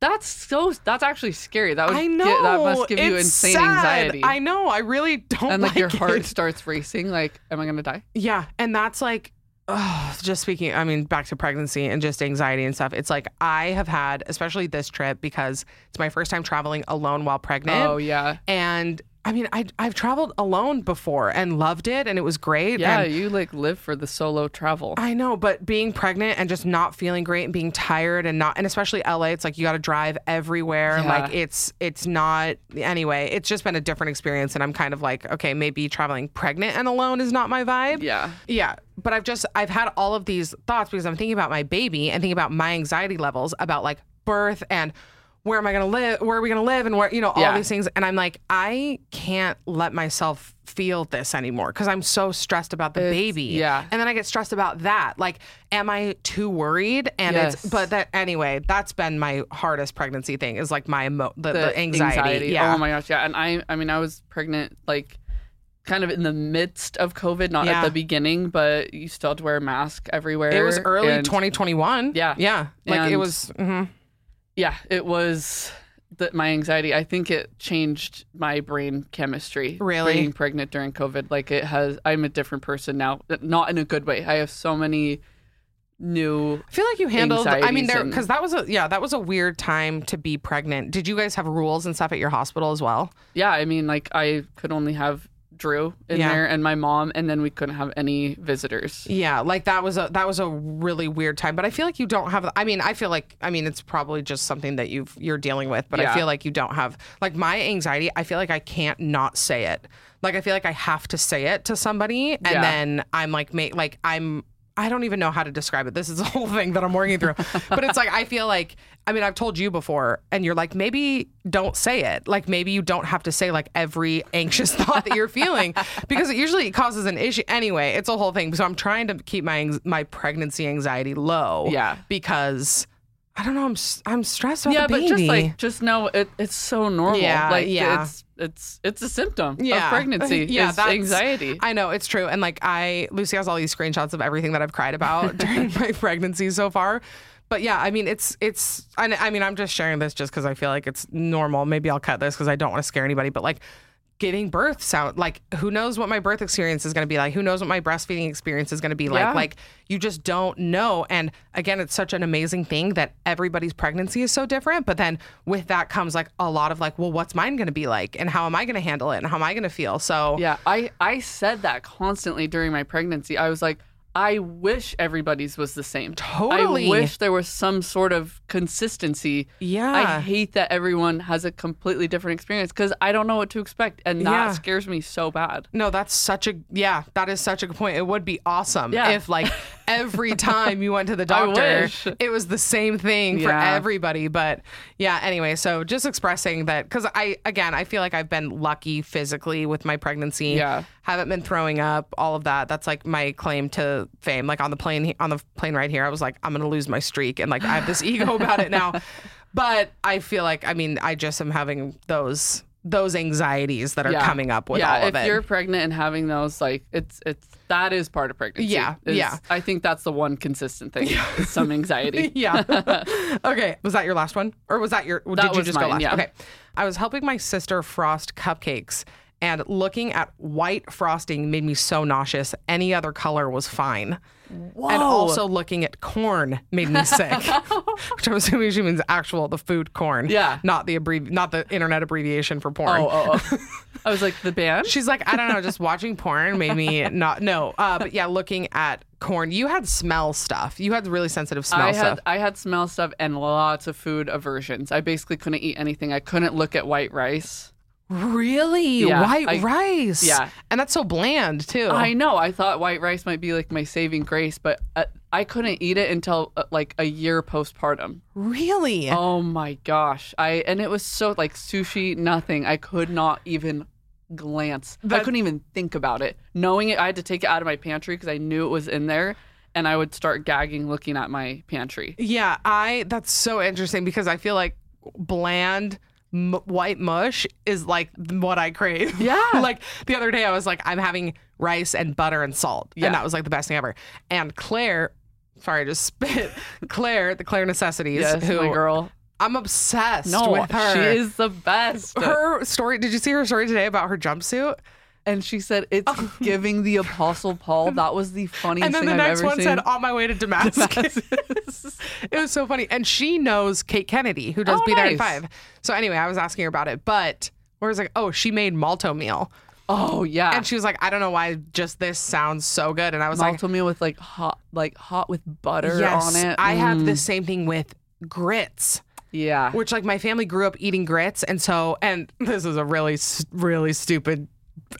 That's so. That's actually scary. That was. I know Oh, that must give you it's insane sad. anxiety. I know. I really don't and like, your it. heart starts racing. Like, am I gonna die? Yeah, and that's like, oh, just speaking. I mean, back to pregnancy and just anxiety and stuff. It's like I have had, especially this trip, because it's my first time traveling alone while pregnant. Oh yeah, and I mean, I I've traveled alone before and loved it, and it was great. yeah. and You like live for the solo travel. I know, but being pregnant and just not feeling great and being tired and not, and especially LA, it's like you got to drive everywhere. Yeah. Like it's, it's not, anyway, it's just been a different experience. And I'm kind of like, okay, maybe traveling pregnant and alone is not my vibe. Yeah. Yeah. But I've just, I've had all of these thoughts because I'm thinking about my baby and thinking about my anxiety levels about like birth and where am I going to live? Where are we going to live? And where, you know, all Yeah. these things. And I'm like, I can't let myself feel this anymore because I'm so stressed about the baby. yeah. And then I get stressed about that. Like, am I too worried? And Yes. it's, but that, anyway, that's been my hardest pregnancy thing is like my emo- the, the, anxiety. Yeah. Oh my gosh, yeah. And I I mean I was pregnant like kind of in the midst of COVID, not Yeah. at the beginning, but you still had to wear a mask everywhere. It was early and- 2021. Yeah. Yeah. Like it And- was, mhm. Yeah, it was the, my anxiety. I think it changed my brain chemistry. Really? Being pregnant during COVID, like it has. I'm a different person now, not in a good way. I have so many new. I feel like you handled, I mean, Anxieties there, and- cause that was a, yeah, that was a weird time to be pregnant. Did you guys have rules and stuff at your hospital as well? Yeah, I mean, like I could only have Drew in Yeah. there and my mom, and then we couldn't have any visitors. Yeah, like that was a that was a really weird time. But I feel like you don't have. I mean, I feel like I mean it's probably just something that you've you're dealing with. But Yeah. I feel like you don't have like my anxiety. I feel like I can't not say it. Like I feel like I have to say it to somebody, and Yeah. then I'm like, ma- like I'm. I don't even know how to describe it. This is the whole thing that I'm working through. but it's like I feel like I mean I've told you before and you're like maybe don't say it. Like maybe you don't have to say like every anxious thought that you're feeling because it usually causes an issue anyway. It's a whole thing. So I'm trying to keep my anx- my pregnancy anxiety low. Yeah. Because I don't know I'm s- I'm stressed about yeah, the but baby. just like just know it, it's so normal. Yeah, like yeah. it's it's it's a symptom of pregnancy. is that's- anxiety. I know it's true, and like I, Lucy has all these screenshots of everything that I've cried about during my pregnancy so far. But yeah, I mean, it's it's. I, I mean, I'm just sharing this just because I feel like it's normal. Maybe I'll cut this because I don't want to scare anybody. But like. Giving birth sound like who knows what my birth experience is going to be like? Who knows what my breastfeeding experience is going to be like? Yeah. Like you just don't know. And again, it's such an amazing thing that everybody's pregnancy is so different. But then with that comes like a lot of like, well, what's mine going to be like? And how am I going to handle it? And how am I going to feel? So yeah, I I said that constantly during my pregnancy. I was like, I wish everybody's was the same. Totally. I wish there was some sort of consistency. Yeah. I hate that everyone has a completely different experience because I don't know what to expect, and that Yeah. scares me so bad. No, that's such a yeah. That is such a good point. It would be awesome Yeah. if like every time you went to the doctor, wish. it was the same thing Yeah. for everybody. But yeah, anyway. So just expressing that because I again I feel like I've been lucky physically with my pregnancy. Yeah. haven't been throwing up all of that. That's like my claim to fame. Like on the plane on the plane right here, I was like I'm gonna lose my streak, and like I have this ego about it now. But I feel like I mean I just am having those those anxieties that are Yeah. coming up with yeah, all of if it. you're pregnant and having those, like it's it's that is part of pregnancy. Yeah, is- yeah. I think that's the one consistent thing. is some anxiety. yeah. okay. Was that your last one, or was that your? did you was just go mine, last? yeah. Okay. I was helping my sister frost cupcakes, and looking at white frosting made me so nauseous. Any other color was fine. And also looking at corn made me sick, which I'm assuming she means actual the food corn. Yeah. Not the abbrevi- not the internet abbreviation for porn. Oh, oh, oh. I was like the band. She's like, I don't know, just watching porn made me not no. Uh, but yeah, looking at corn. You had smell stuff. You had really sensitive smell I stuff. had I had smell stuff and lots of food aversions. I basically couldn't eat anything. I couldn't look at white rice. Really? Yeah, White I- rice. yeah. And that's so bland too. I know. I thought white rice might be like my saving grace, but uh, I couldn't eat it until uh, like a year postpartum. really? Oh my gosh! I and it was so like sushi, nothing. I could not even glance. I That- couldn't even think about it. Knowing it, I had to take it out of my pantry because I knew it was in there. and I would start gagging looking at my pantry. Yeah, I that's so interesting because I feel like bland m- white mush is like what I crave. Yeah. like the other day I was like I'm having rice and butter and salt Yeah. and that was like the best thing ever. And Claire, sorry, I just spit. Claire, the Claire Necessities Yes, who my girl. I'm obsessed No, with her. she is the best. her story. Did you see her story today about her jumpsuit? and she said it's giving the Apostle Paul. That was the funniest and then thing the I've next ever one seen. said, "On my way to Damascus." it was so funny, and she knows Kate Kennedy, who does Oh, Be There in nice. Five. So anyway, I was asking her about it, but where was like, "Oh, she made malto meal," oh yeah, and she was like, "I don't know why, just this sounds so good," and I was like, malto meal with like hot, like hot with butter "Yes, on it. I have Mm. the same thing with grits." Yeah, Which, like, my family grew up eating grits, and so, and this is a really, s- really stupid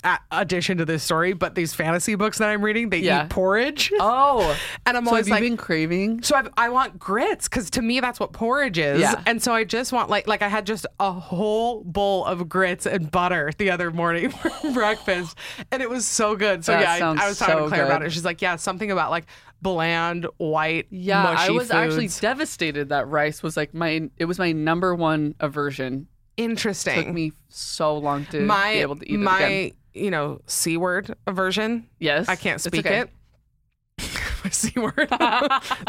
a- addition to this story. But these fantasy books that I'm reading, they Yeah. eat porridge, Oh, and I'm so always have you like, been craving? So I've, I want grits because to me that's what porridge is, Yeah. and so I just want like like I had just a whole bowl of grits and butter the other morning for breakfast, and it was so good. So That yeah, sounds I, I was talking so to Claire about good. it. She's like, yeah, something about like bland white, Yeah, mushy I was actually foods. devastated that rice was like my. It was my number one aversion. interesting. Took me so long to my be able to eat my it again. you know c word aversion. Yes, I can't it's speak okay. it. My C word.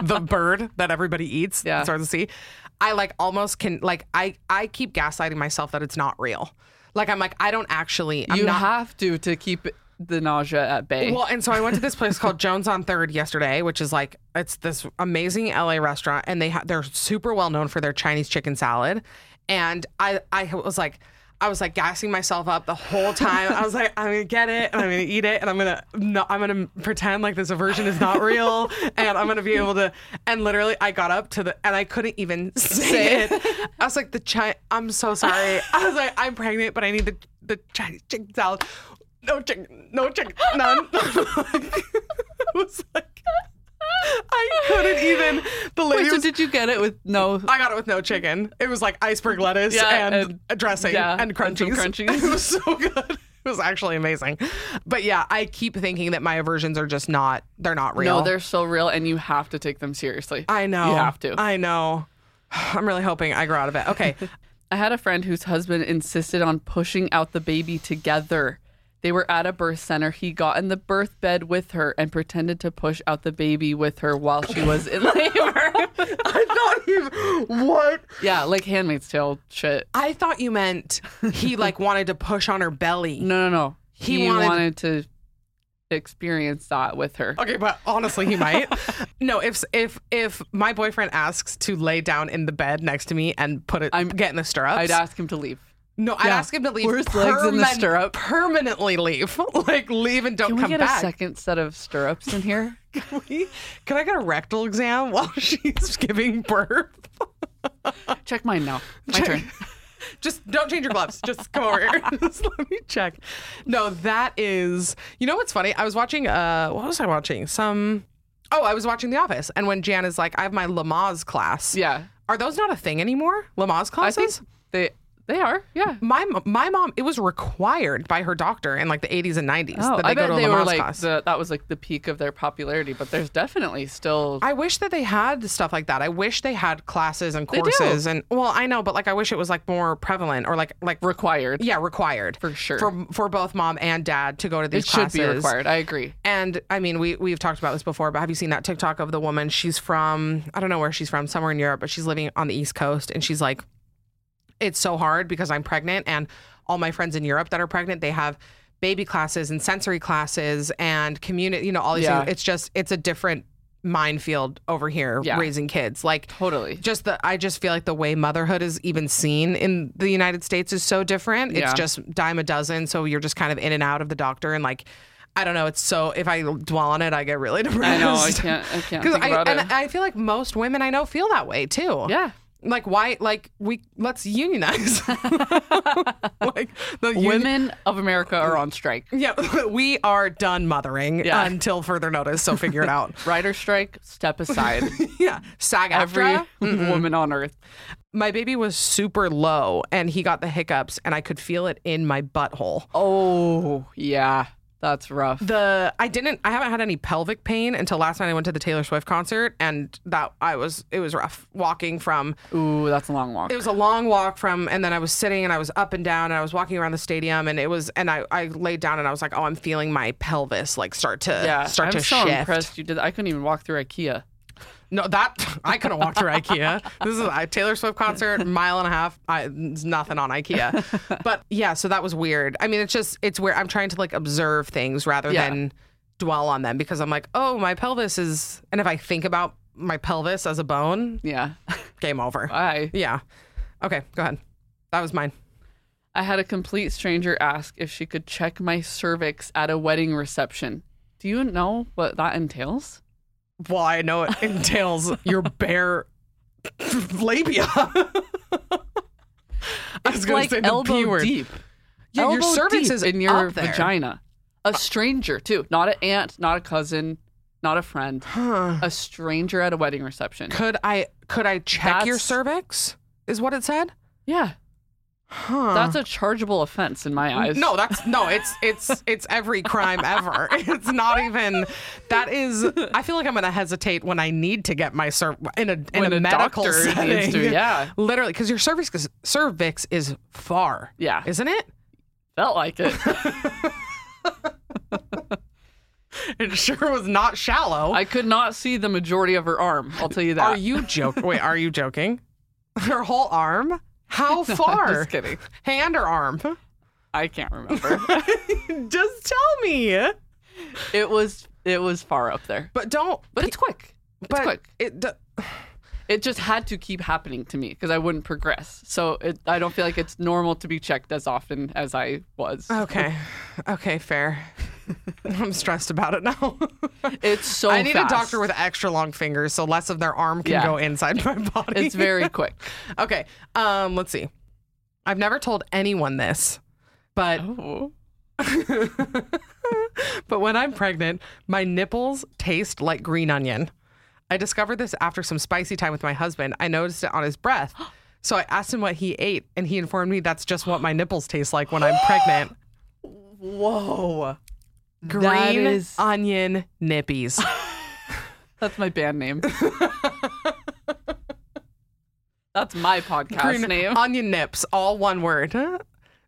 the bird that everybody eats. Yeah. Yeah. Starts with C. I like almost can like I I keep gaslighting myself that it's not real. Like I'm like I don't actually. I'm you not, have to to keep the nausea at bay. well, and so I went to this place called Jones on Third yesterday, which is like it's this amazing LA restaurant, and they ha- they're super well known for their Chinese chicken salad. And I I was like. I was like gassing myself up the whole time. I was like, I'm gonna get it and I'm gonna eat it and I'm gonna no, I'm gonna pretend like this aversion is not real and I'm gonna be able to. And literally, I got up to the and I couldn't even say it. I was like, the chi- I'm so sorry. I was like, I'm pregnant, but I need the the Chinese chicken salad no chicken, no chicken, none. Oh it was like I couldn't even. The lady Wait, so was- did you get it with no? I got it with no chicken. It was like iceberg lettuce Yeah, and, and- a dressing yeah, and and some crunchies. crunchies. It was so good. It was actually amazing. But yeah, I keep thinking that my aversions are just not. They're not real. No, they're so real, and you have to take them seriously. I know. You have to. I know. I'm really hoping I grow out of it. Okay. I had a friend whose husband insisted on pushing out the baby together. They were at a birth center. He got in the birth bed with her and pretended to push out the baby with her while she was in labor. I thought you. What? yeah, like Handmaid's Tale shit. I thought you meant he like wanted to push on her belly. No, no, no. He He, wanted- wanted... Oh, to experience that with her. Okay, but honestly, he might. no, if if if my boyfriend asks to lay down in the bed next to me and put it, I'm- get in the stirrups. I'd ask him to leave. no, I'd yeah. ask him to leave. Where's legs in the perman- stirrup? Permanently leave, like leave and don't Can we come get back. a second set of stirrups in here? Can, we- can I get a rectal exam while she's giving birth? Check mine now. My Check- turn. Just don't change your gloves. Just come over here. Just let me check. No, that is. You know what's funny? I was watching. Uh, what was I watching? Some. Oh, I was watching The Office, and when Jan is like, "I have my Lamaze class." Yeah. Are those not a thing anymore? Lamaze I classes? think they they are. Yeah. my m- my mom, it was required by her doctor in like the 80s and 90s Oh, that they I go bet to a they Lamaze were like class. the, that was like the peak of their popularity, but there's definitely still I wish that they had stuff like that. I wish they had classes and They do. courses and well, I know, but like I wish it was like more prevalent or like like required. yeah, required For sure. for for both mom and dad to go to these it classes. should be required. I agree. And I mean, we we've talked about this before, but have you seen that TikTok of the woman? She's from I don't know where she's from, somewhere in Europe, but she's living on the East Coast, and she's like, "It's so hard because I'm pregnant, and all my friends in Europe that are pregnant, they have." baby classes and sensory classes and community you know all these Yeah. things it's just it's a different minefield over here Yeah. raising kids like Totally. just the i just feel like the way motherhood is even seen in the united states is so different it's Yeah. just dime a dozen so you're just kind of in and out of the doctor and like i don't know it's so if i dwell on it i get really depressed I know. I can't. I can't 'Cause think I- about and it. i feel like most women i know feel that way too yeah. like why like we let's unionize like the uni- Women of America are on strike. yeah we are done mothering Yeah. until further notice so figure it out Rider strike. Step aside. yeah sag Every woman on earth. my baby was super low and he got the hiccups and I could feel it in my butthole. Oh yeah. That's rough. The I didn't I haven't had any pelvic pain until last night I went to the Taylor Swift concert and that I was it was rough walking from Ooh, that's a long walk. it was a long walk from and then I was sitting and I was up and down and I was walking around the stadium and it was and I, I laid down and I was like, Oh, I'm feeling my pelvis like start to yeah, start I'm to so shift. impressed you did. I couldn't even walk through IKEA. No, that I could have walked through IKEA. This is a Taylor Swift concert, mile and a half. I, there's nothing on IKEA, but yeah. So that was weird. I mean, it's just it's where I'm trying to like observe things rather Yeah. than dwell on them because I'm like, oh, my pelvis is, and if I think about my pelvis as a bone, Yeah, game over. I yeah. Okay, go ahead. That was mine. I had a complete stranger ask if she could check my cervix at a wedding reception. Do you know what that entails? Well, I know it entails your bare labia. I was It's gonna like say the P elbow word. deep. Yeah, your Elbow cervix deep is in your up there. Uh, vagina. A stranger too, not an aunt, not a cousin, not a friend. A stranger at a wedding reception. Could I could I check your That's- cervix? Is what it said? Yeah, Huh. that's a chargeable offense in my eyes. no, that's no. It's it's it's every crime ever. It's not even. That is. I feel like I'm gonna hesitate when I need to get my cer in a in When a, a medical doctor needs setting. to, yeah. literally, because your cervix is, cervix is far. Yeah. isn't it? felt like it. It sure was not shallow. I could not see the majority of her arm. I'll tell you that. Are you joking? Wait, are you joking? Her whole arm? How No, I'm far? just kidding. Hand or arm? I can't remember. Just tell me. it was it was far up there, But don't. but it's quick. It's but quick. It. Do- It just had to keep happening to me because I wouldn't progress. So it, I don't feel like it's normal to be checked as often as I was. Okay. Okay, fair. I'm stressed about it now. It's so. I need Oh, fast. a doctor with extra long fingers so less of their arm can Yeah. go inside my body. It's very quick. Okay. Um, let's see. I've never told anyone this, but Oh. but when I'm pregnant, my nipples taste like green onion. I discovered this after some spicy time with my husband. I noticed it on his breath. So I asked him what he ate, and he informed me that's just what my nipples taste like when I'm pregnant. Whoa. That Green is. onion nippies. That's my band name. That's my podcast Green name. Onion nips, all one word. Huh?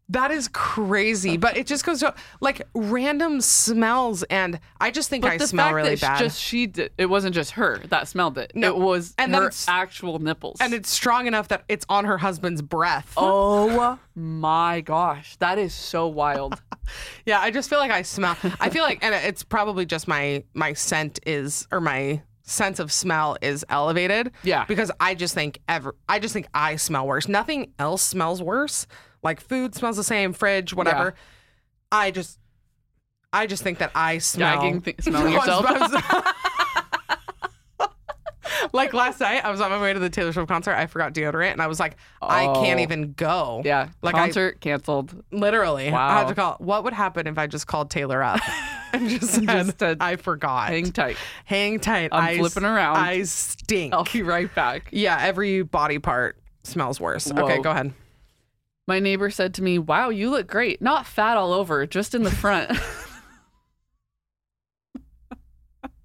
That is crazy, but it just goes to like random smells, and I just think But I the smell fact really that bad. It's just she did. It wasn't just her that smelled it. No, It was and then her it's- actual nipples. and it's strong enough that it's on her husband's breath. oh my gosh, that is so wild. Yeah, I just feel like I smell. I feel like, and it's probably just my my scent is or my sense of smell is elevated. Yeah. because I just think ever. I just think I smell worse. Nothing else smells worse. Like food smells the same, fridge, whatever. I just, I just think that I smell. Gagging, th- smelling No, I yourself. was- like last night, I was on my way to the Taylor Swift concert. I forgot deodorant, and I was like, I can't Oh. even go. yeah, like I- concert canceled. Literally. I had Wow. to call. What would happen if I just called Taylor up and just said, Just said, I forgot? Hang tight. Hang tight. I'm I s- flipping around. I stink. I'll be right back. Yeah, every body part smells worse. Okay, Whoa. go ahead. My neighbor said to me, "Wow, you look great. Not fat all over, just in the front."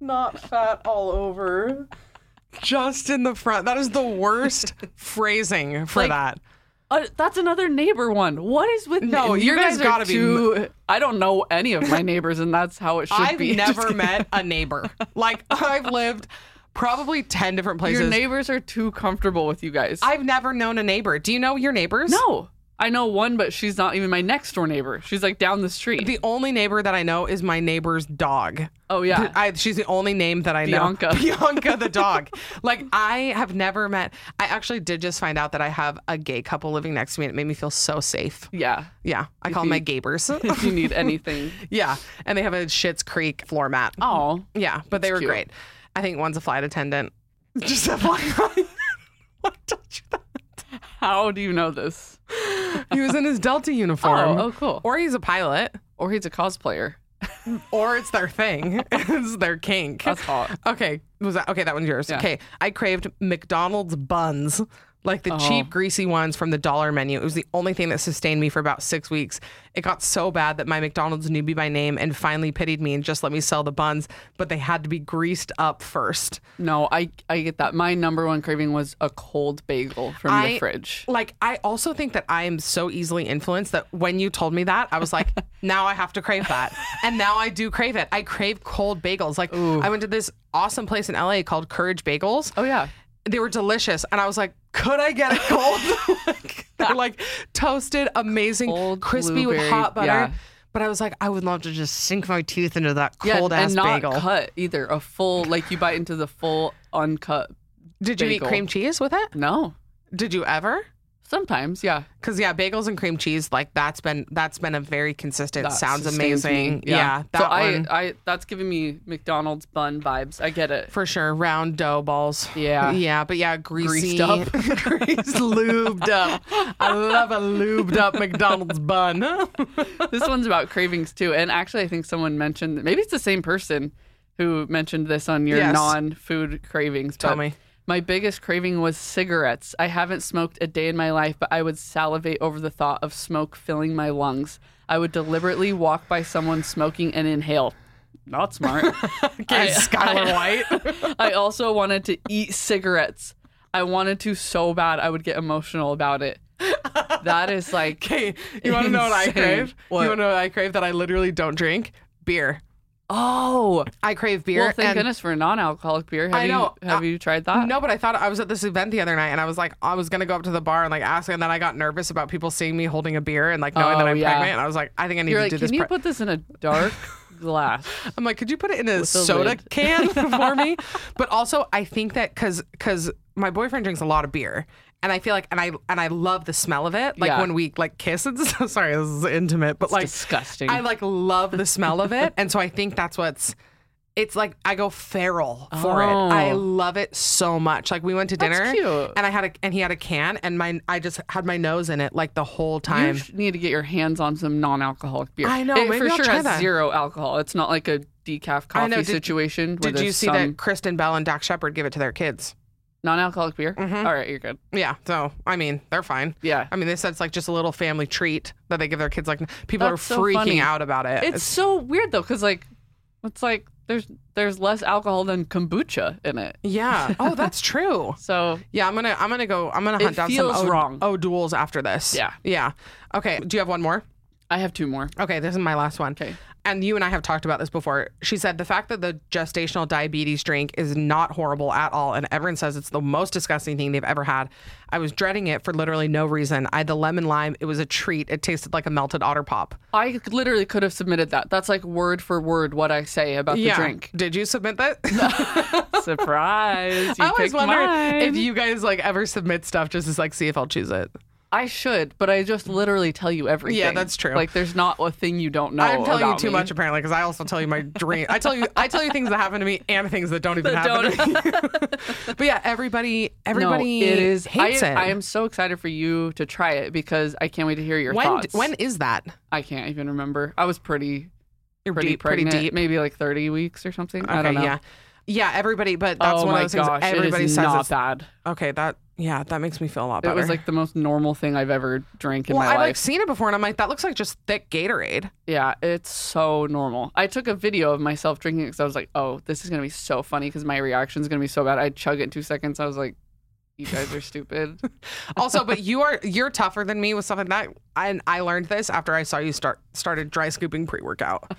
Not fat all over. Just in the front. That is the worst phrasing for Like, that. Uh, that's another neighbor one. What is with No, you Your guys are gotta be too- I don't know any of my neighbors, and that's how it should I've be. Just never kidding. met a neighbor. Like, I've lived probably 10 different places. Your neighbors are too comfortable with you guys. I've never known a neighbor. Do you know your neighbors? no, I know one, but she's not even my next door neighbor. She's like down the street. The only neighbor that I know is my neighbor's dog. oh yeah, I, she's the only name that I Bianca. know. Bianca the dog. like I have never met. I actually did just find out that I have a gay couple living next to me, and it made me feel so safe. yeah. Yeah, I call them my gabers. If you need anything, yeah, and they have a Schitt's Creek floor mat. oh, yeah, but they that's were cute. great. I think one's a flight attendant. Just a flight. Why don't you- how do you know this? he was in his Delta uniform. Oh, oh, cool. Or he's a pilot. Or he's a cosplayer. Or it's their thing. it's their kink. That's hot. Okay, was that okay? That one's yours. Yeah. Okay, I craved McDonald's buns, Like the Oh. cheap, greasy ones from the dollar menu. It was the only thing that sustained me for about six weeks. It got so bad that my McDonald's knew me by name and finally pitied me and just let me sell the buns, but they had to be greased up first. No, I I get that. My number one craving was a cold bagel from I- the fridge. Like, I also think that I am so easily influenced that when you told me that, I was like, now I have to crave that. And now I do crave it. I crave cold bagels. Like, I went to this awesome place in LA called Courage Bagels. Oh yeah. They were delicious. And I was like, could I get it cold? Like, They're like toasted, amazing, Cold crispy with blueberry, hot butter. yeah. But I was like, I would love to just sink my teeth into that Yeah, cold ass and not bagel. cut either. A full like you bite into the full uncut. Did you bagel. eat cream cheese with it? No. Did you ever? Sometimes, yeah. Cause yeah, bagels and cream cheese, like that's been that's been a very consistent. that sounds sustains me. amazing. Yeah, that so one I I that's giving me McDonald's bun vibes. I get it. for sure. Round dough balls. Yeah. yeah, but yeah, greasy, Greased up. greased, lubed up. I love a lubed up McDonald's bun. this one's about cravings too. And actually, I think someone mentioned maybe it's the same person who mentioned this on your Yes. non-food cravings. Tell but me. My biggest craving was cigarettes. I haven't smoked a day in my life, but I would salivate over the thought of smoke filling my lungs. I would deliberately walk by someone smoking and inhale. Not smart. Okay, Skylar White. I also wanted to eat cigarettes. I wanted to so bad I would get emotional about it. That is like Okay, you want to know what I Insane. crave? What? You want to know what I crave that I literally don't drink? Beer. oh I crave beer. Well, thank and- goodness for non-alcoholic beer. Have I know. You, have Uh, you tried that? No, but I thought I was at this event the other night, and I was like, I was gonna go up to the bar and like ask, and then I got nervous about people seeing me holding a beer and like knowing that Oh, I'm yeah. pregnant. And I was like, I think I need You're to like, do can this. you pre-" put this in a dark glass? I'm like, could you put it in a the soda lid?" can for me? But also, I think that because because my boyfriend drinks a lot of beer. And I feel like, and I and I love the smell of it. Like Yeah. when we like kiss, it's so sorry, this is intimate, but like disgusting. I like love the smell of it, and so I think that's what's. It's like I go feral for it. Oh. I love it so much. Like we went to dinner, cute. and I had a and he had a can, and my I just had my nose in it like the whole You time. sh- need to get your hands on some non-alcoholic beer. I know, It maybe for I'll sure try has that. zero alcohol. It's not like a decaf coffee I know, did- situation. where Did you there's see some that Kristen Bell and Doc Shepard give it to their kids? non-alcoholic beer? Mm-hmm. All right, you're good. Yeah. So I mean, they're fine. Yeah. I mean, they said it's like just a little family treat that they give their kids. Like people That's are so freaking funny. out about it. It's so weird though, because like, it's like there's there's less alcohol than kombucha in it. yeah. Oh, that's true. So Yeah, I'm gonna I'm gonna go I'm gonna hunt down feels some wrong. Oh, duels after this. Yeah. Yeah. Okay. Do you have one more? I have two more. Okay, this is my last one. Okay. And you and I have talked about this before. She said the fact that the gestational diabetes drink is not horrible at all, and everyone says it's the most disgusting thing they've ever had. I was dreading it for literally no reason. I had the lemon lime. It was a treat. It tasted like a melted otter pop. I literally could have submitted that. That's like word for word what I say about the drink. Did you submit that? Surprise! You I always picked wonder if mine. you guys like ever submit stuff just as like see if I'll choose it. I should, but I just literally tell you everything. that's true. Like, there's not a thing you don't know. I'm telling you Oh, about too me. much apparently because I also tell you my dream. I tell you I tell you things that happen to me and things that don't even happen. to me. but yeah, everybody everybody no, it is. hates I, it. I am so excited for you to try it because I can't wait to hear your when thoughts. when is that? I can't even remember. I was pretty, You're pretty deep, pregnant, pretty deep. maybe like 30 weeks or something. Okay, I don't know. yeah. Yeah, everybody but that's oh one my of those gosh, things everybody it is says not it's- bad. Okay, that yeah, that makes me feel a lot better. It was like the most normal thing I've ever drank in well, my I've life. like seen it before, and I'm like, that looks like just thick Gatorade. Yeah, it's so normal. I took a video of myself drinking because I was like, oh, this is going to be so funny because my reaction is going to be so bad. I chug it in two seconds. I was like, you guys are stupid. Also, but you are you're tougher than me with stuff like that. And I learned this after I saw you start started dry scooping pre workout.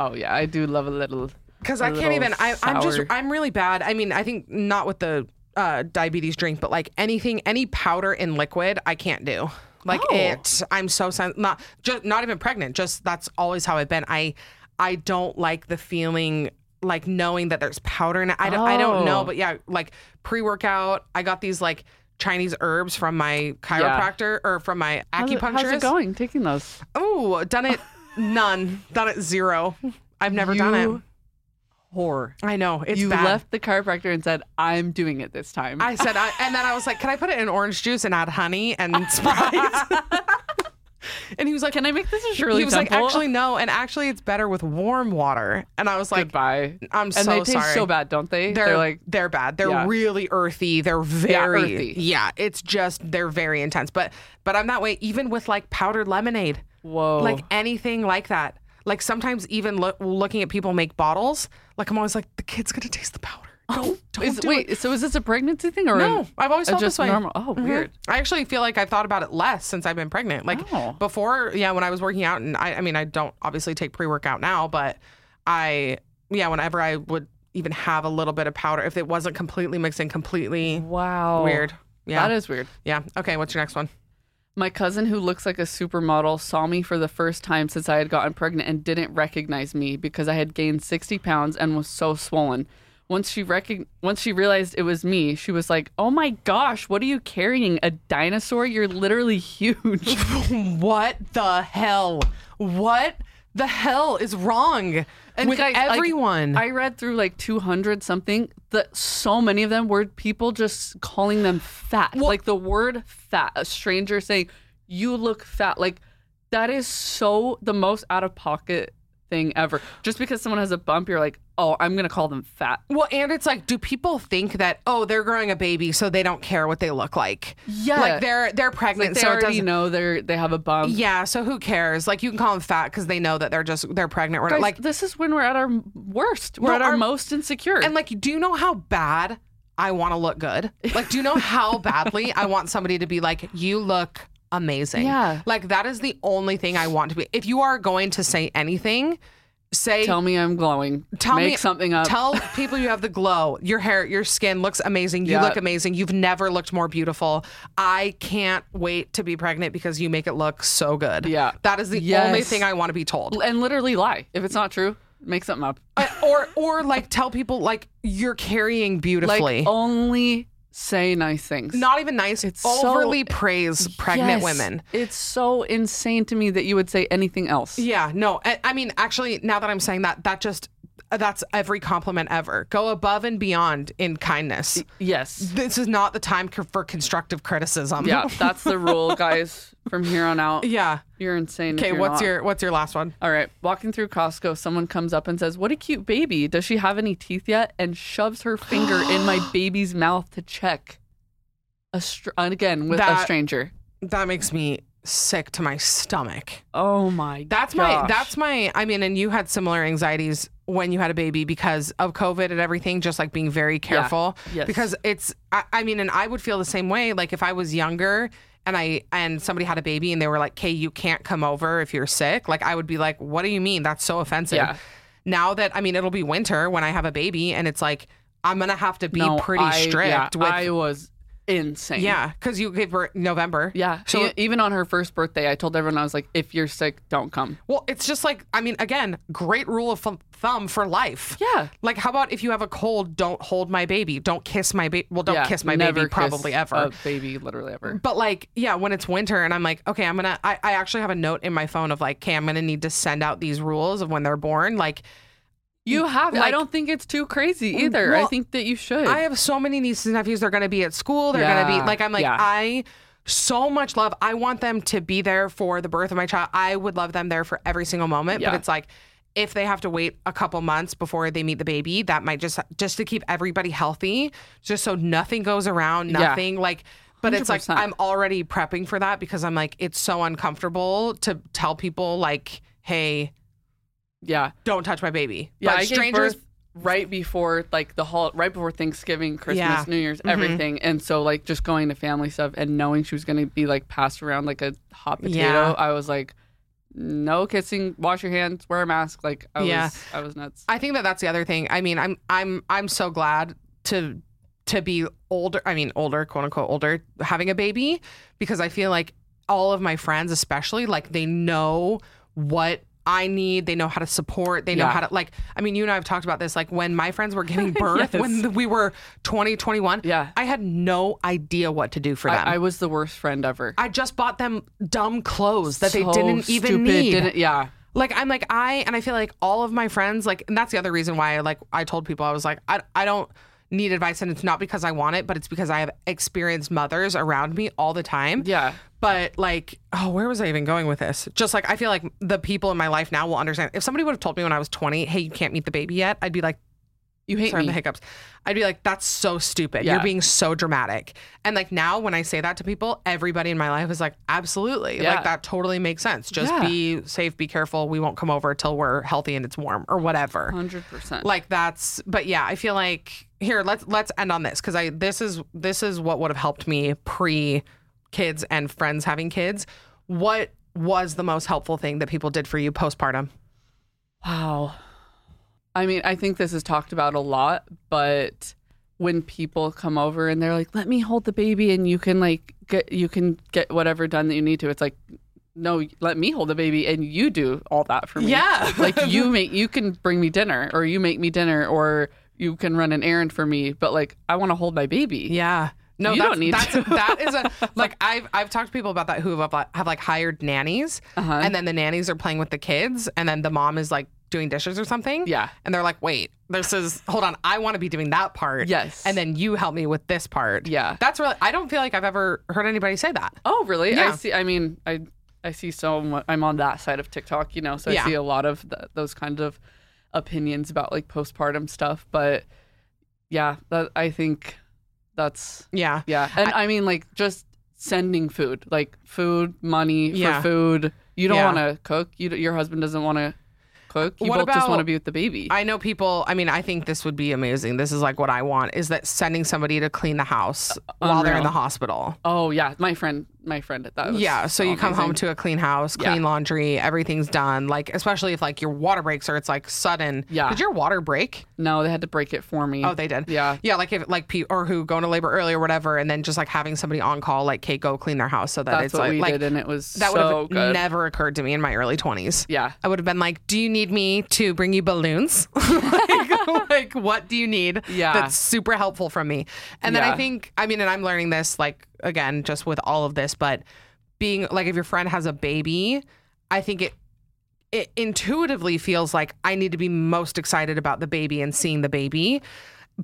oh, yeah, I do love a little. because a I can't little even. I, I'm just. sour. I'm really bad. I mean, I think not with the uh, diabetes drink, but like anything, any powder in liquid, I can't do. Like Oh. it. I'm so sen- not just not even pregnant. Just that's always how I've been. I I don't like the feeling. Like knowing that there's powder in it, I don't, I don't know, Oh. but yeah, like pre workout, I got these like Chinese herbs from my chiropractor or from my How's acupuncturist. it, how's it going taking those? Oh, done it none, done it zero. I've never done it. You Whore. I know it's you bad. left the chiropractor and said, I'm doing it this time. I said, I, and then I was like, "Can I put it in orange juice and add honey and Sprite?" And he was like, Can I make this a Shirley He was Temple? like, actually, no. And actually, it's better with warm water. And I was like, Goodbye. I'm and so they taste sorry. so bad, don't they? They're, like like they're bad. They're Yeah. really earthy. They're very earthy. yeah. It's just they're very intense. But but I'm that way even with like powdered lemonade. whoa. like anything like that. Like sometimes even loo- looking at people make bottles, like I'm always like, the kid's gonna taste the powder. No, don't Is- do wait, it. so is this a pregnancy thing or No, an- I've always a felt just this way. normal? Oh, Mhm. weird. I actually feel like I thought about it less since I've been pregnant. Like Oh. before, yeah, when I was working out, and I, I mean, I don't obviously take pre workout now, but I, yeah, whenever I would even have a little bit of powder, if it wasn't completely mixed in, completely Wow. weird. Yeah, That is weird. yeah. Okay, what's your next one? My cousin, who looks like a supermodel, saw me for the first time since I had gotten pregnant and didn't recognize me because I had gained 60 pounds and was so swollen. Once she recog- once she realized it was me, she was like, "Oh my gosh, what are you carrying? A dinosaur? You're literally huge." what the hell? What the hell is wrong with guys, like, everyone? I read through like 200 something that so many of them were people just calling them fat. like the word fat, a stranger saying, you look fat. Like that is so the most out of pocket thing ever. Just because someone has a bump, you're like, oh, I'm going to call them fat. well, and it's like, do people think that oh, they're growing a baby, so they don't care what they look like? Yeah. like they're they're It's Like pregnant, they so it already doesn't. know they're, they have a bump. Yeah, so who cares? Like you can call them fat because they know that they're just they're pregnant. Or Guys, like this is when we're at our worst. We're No, at our, our- most insecure. and like, do you know how bad I want to look good? Like, do you know how badly I want somebody to be like, you look amazing? Yeah. like that is the only thing I want to be. If you are going to say anything, say tell me I'm glowing. Tell Make me something up. Tell people you have the glow. Your hair, your skin looks amazing. You Yeah. look amazing. You've never looked more beautiful. I can't wait to be pregnant because you make it look so good. Yeah. that is the Yes. only thing I want to be told. and literally lie. If it's not true, make something up. Uh, or or like tell people like you're carrying beautifully. Like only say nice things. Not even nice. It's so- overly praise pregnant Yes. women. It's so insane to me that you would say anything else. Yeah, no. I, I mean, actually, now that I'm saying that, that just that's every compliment ever. Go above and beyond in kindness. Yes. This is not the time c- for constructive criticism. Yeah, that's the rule, guys. From here on out, Yeah. you're insane. if Okay, you're what's not. your what's your last one? All right, walking through Costco, someone comes up and says, "What a cute baby! Does she have any teeth yet?" And shoves her finger in my baby's mouth to check. A str- and again with a That- stranger. That makes me sick to my stomach. Oh my! That's my gosh. that's my I mean, and you had similar anxieties when you had a baby because of COVID and everything, just like being very careful. Yes. Because it's I, I mean, and I would feel the same way. Like if I was younger and I and somebody had a baby and they were like, Kay, you can't come over if you're sick, like I would be like, What do you mean? That's so offensive. Yeah. Now that I mean it'll be winter when I have a baby and it's like I'm gonna have to be No, pretty I- strict yeah, with I was insane. Yeah, because you gave birth November. Yeah. So So even on her first birthday, I told everyone I was like, if you're sick, don't come. well, it's just like I mean, again, great rule of thumb- thumb for life. Yeah. Like, how about if you have a cold, don't hold my baby, don't kiss my baby. Well, don't yeah, kiss my never baby, probably kiss ever. A baby, literally ever. but like, yeah, when it's winter and I'm like, okay, I'm gonna. I, I actually have a note in my phone of like, okay, I'm gonna need to send out these rules of when they're born. Like, You have. I like- Mm, don't think it's too crazy either. I Well, think that you should. I have so many nieces and nephews. They're going to be at school. They're going to Yeah. be like, I'm like, Yeah. I so much love. I want them to be there for the birth of my child. I would love them there for every single moment. Yeah. But it's like, if they have to wait a couple months before they meet the baby, that might just just to keep everybody healthy, just so nothing goes around, Yeah. nothing like. But it's like 100%. I'm already prepping for that because I'm like, it's so uncomfortable to tell people like, hey, yeah. don't touch my baby. Yeah. Like, I gave birth right before like the hall, right before Thanksgiving, Christmas, Yeah. Mm-hmm. New Year's, everything. And so like just going to family stuff and knowing she was going to be like passed around like a hot potato, Yeah. I was like, no kissing, wash your hands, wear a mask. Like I Yeah. was, I was nuts. I think that that's the other thing. I mean, I'm I'm I'm so glad to to be older. I mean, older, quote unquote, older, having a baby because I feel like all of my friends, especially, like they know what I need. They know how to support. They know Yeah. how to like. I mean, you and I have talked about this. Like when my friends were giving birth, when we were 20, 21, Yeah. I had no idea what to do for them. I, I, I was the worst friend ever. just bought them dumb clothes that they So didn't even stupid, need. Didn't, yeah. Like I'm like I and I feel like all of my friends like and that's the other reason why I like I told people I was like I I don't need advice, and it's not because I want it, but it's because I have experienced mothers around me all the time. Yeah. But like, oh, where was I even going with this? Just like I feel like the people in my life now will understand. If somebody would have told me when I was 20, hey, you can't meet the baby yet, I'd be like, You hate sorry, me. the hiccups. I'd be like, that's so stupid. Yeah. You're being so dramatic. And like now, when I say that to people, everybody in my life is like, absolutely. Yeah. Like that totally makes sense. Just Yeah. be safe, be careful. We won't come over till we're healthy and it's warm or whatever. 100%. Like that's, but yeah, I feel like here let's let's end on this because I this is this is what would have helped me pre kids and friends having kids. What was the most helpful thing that people did for you postpartum? Wow. I mean, I think this is talked about a lot, but when people come over and they're like, "Let me hold the baby and you can like get you can get whatever done that you need to." It's like, "No, let me hold the baby and you do all that for me." Yeah. like you make you can bring me dinner or you make me dinner or you can run an errand for me, but like I want to hold my baby. Yeah. No, You that's, don't need that's, to. that is a like I've I've talked to people about that who have have like hired nannies, Uh-huh. and then the nannies are playing with the kids, and then the mom is like doing dishes or something. Yeah. and they're like, wait, this is hold on, I want to be doing that part. Yes. and then you help me with this part. Yeah. that's really. I don't feel like I've ever heard anybody say that. Oh, really? Yeah. I see. I mean, I I see so much. I'm on that side of TikTok, you know, so Yeah. I see a lot of th- those kind of opinions about like postpartum stuff. But yeah, that I think that's Yeah, yeah, and I, mean, like just sending food, like food, money Yeah. for food. You don't Yeah. want to cook. You d- your husband doesn't want to cook. You What both just want to about- be with the baby. I know people. I mean, I think this would be amazing. This is like what I want: is that sending somebody to clean the house while they're in Uh, unreal. the hospital. oh yeah, my friend, my friend did that. It was Yeah, so you come home amazing. to a clean house, clean Yeah. laundry, everything's done. Like especially if like your water breaks or it's like sudden. Yeah. Did your water break? No, they had to break it for me. Oh, they did. Yeah. Yeah, like if like pe- or who go into labor early or whatever, and then just like having somebody on call like Kate go clean their house so that That's it's what like we like did, and it was that so would have good. never occurred to me in my early twenties. yeah, I would have been like, "Do you need me to bring you balloons? like, like, what do you need? Yeah. that's super helpful from me." And then I Yeah. think, I mean, and I'm learning this, like, again, just with all of this, but being like, if your friend has a baby, I think it it intuitively feels like I need to be most excited about the baby and seeing the baby,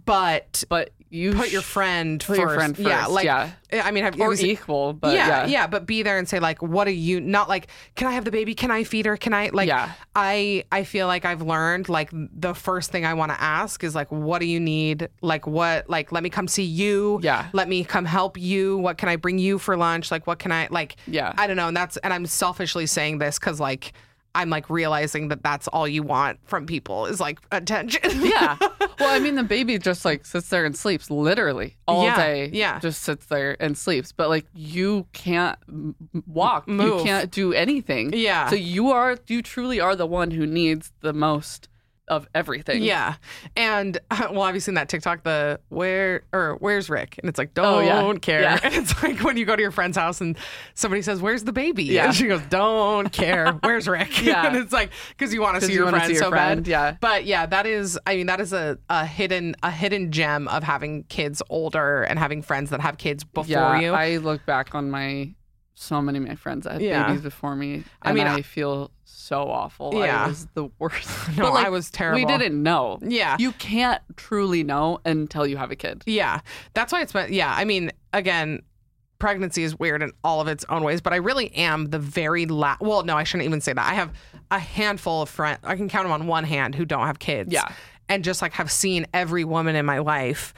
but but you put your sh- friend put first. your friend Yeah, first, like yeah. I mean, have or it was- equal, but yeah, yeah, but be there and say like, what are you? Not like, can I have the baby? Can I feed her? Can I like? Yeah. I I feel like I've learned like the first thing I want to ask is like, what do you need? Like what? Like let me come see you. Yeah. Let me come help you. What can I bring you for lunch? Like what can I like? Yeah. I don't know. And that's and I'm selfishly saying this because like. I'm like realizing that that's all you want from people is like attention. yeah. Well, I mean, the baby just like sits there and sleeps literally all Yeah, day. yeah. just sits there and sleeps. But like, you can't m- walk. move. You can't do anything. Yeah. So you are, you truly are the one who needs the most of everything. Yeah. And well, have you seen that TikTok, the where or where's Rick? And it's like, don't Oh, yeah. care. Yeah. And it's like when you go to your friend's house and somebody says, where's the baby? Yeah. And she goes, don't care. Where's Rick? Yeah. and it's like, because you want to 'Cause see you your wanna friend see your so friend, bad. yeah. But yeah, that is, I mean, that is a, a hidden, a hidden gem of having kids older and having friends that have kids before yeah, you. I look back on my so many of my friends that had Yeah. babies before me. And I I mean, mean, I- I feel so awful. Yeah. I was the worst. No, But, like, I was terrible. We didn't know. Yeah. You can't truly know until you have a kid. Yeah. That's why it's been, yeah. I mean, again, pregnancy is weird in all of its own ways, but I really am the very last. Well, no, I shouldn't even say that. I have a handful of friends, I can count them on one hand who don't have kids. Yeah. And just like have seen every woman in my life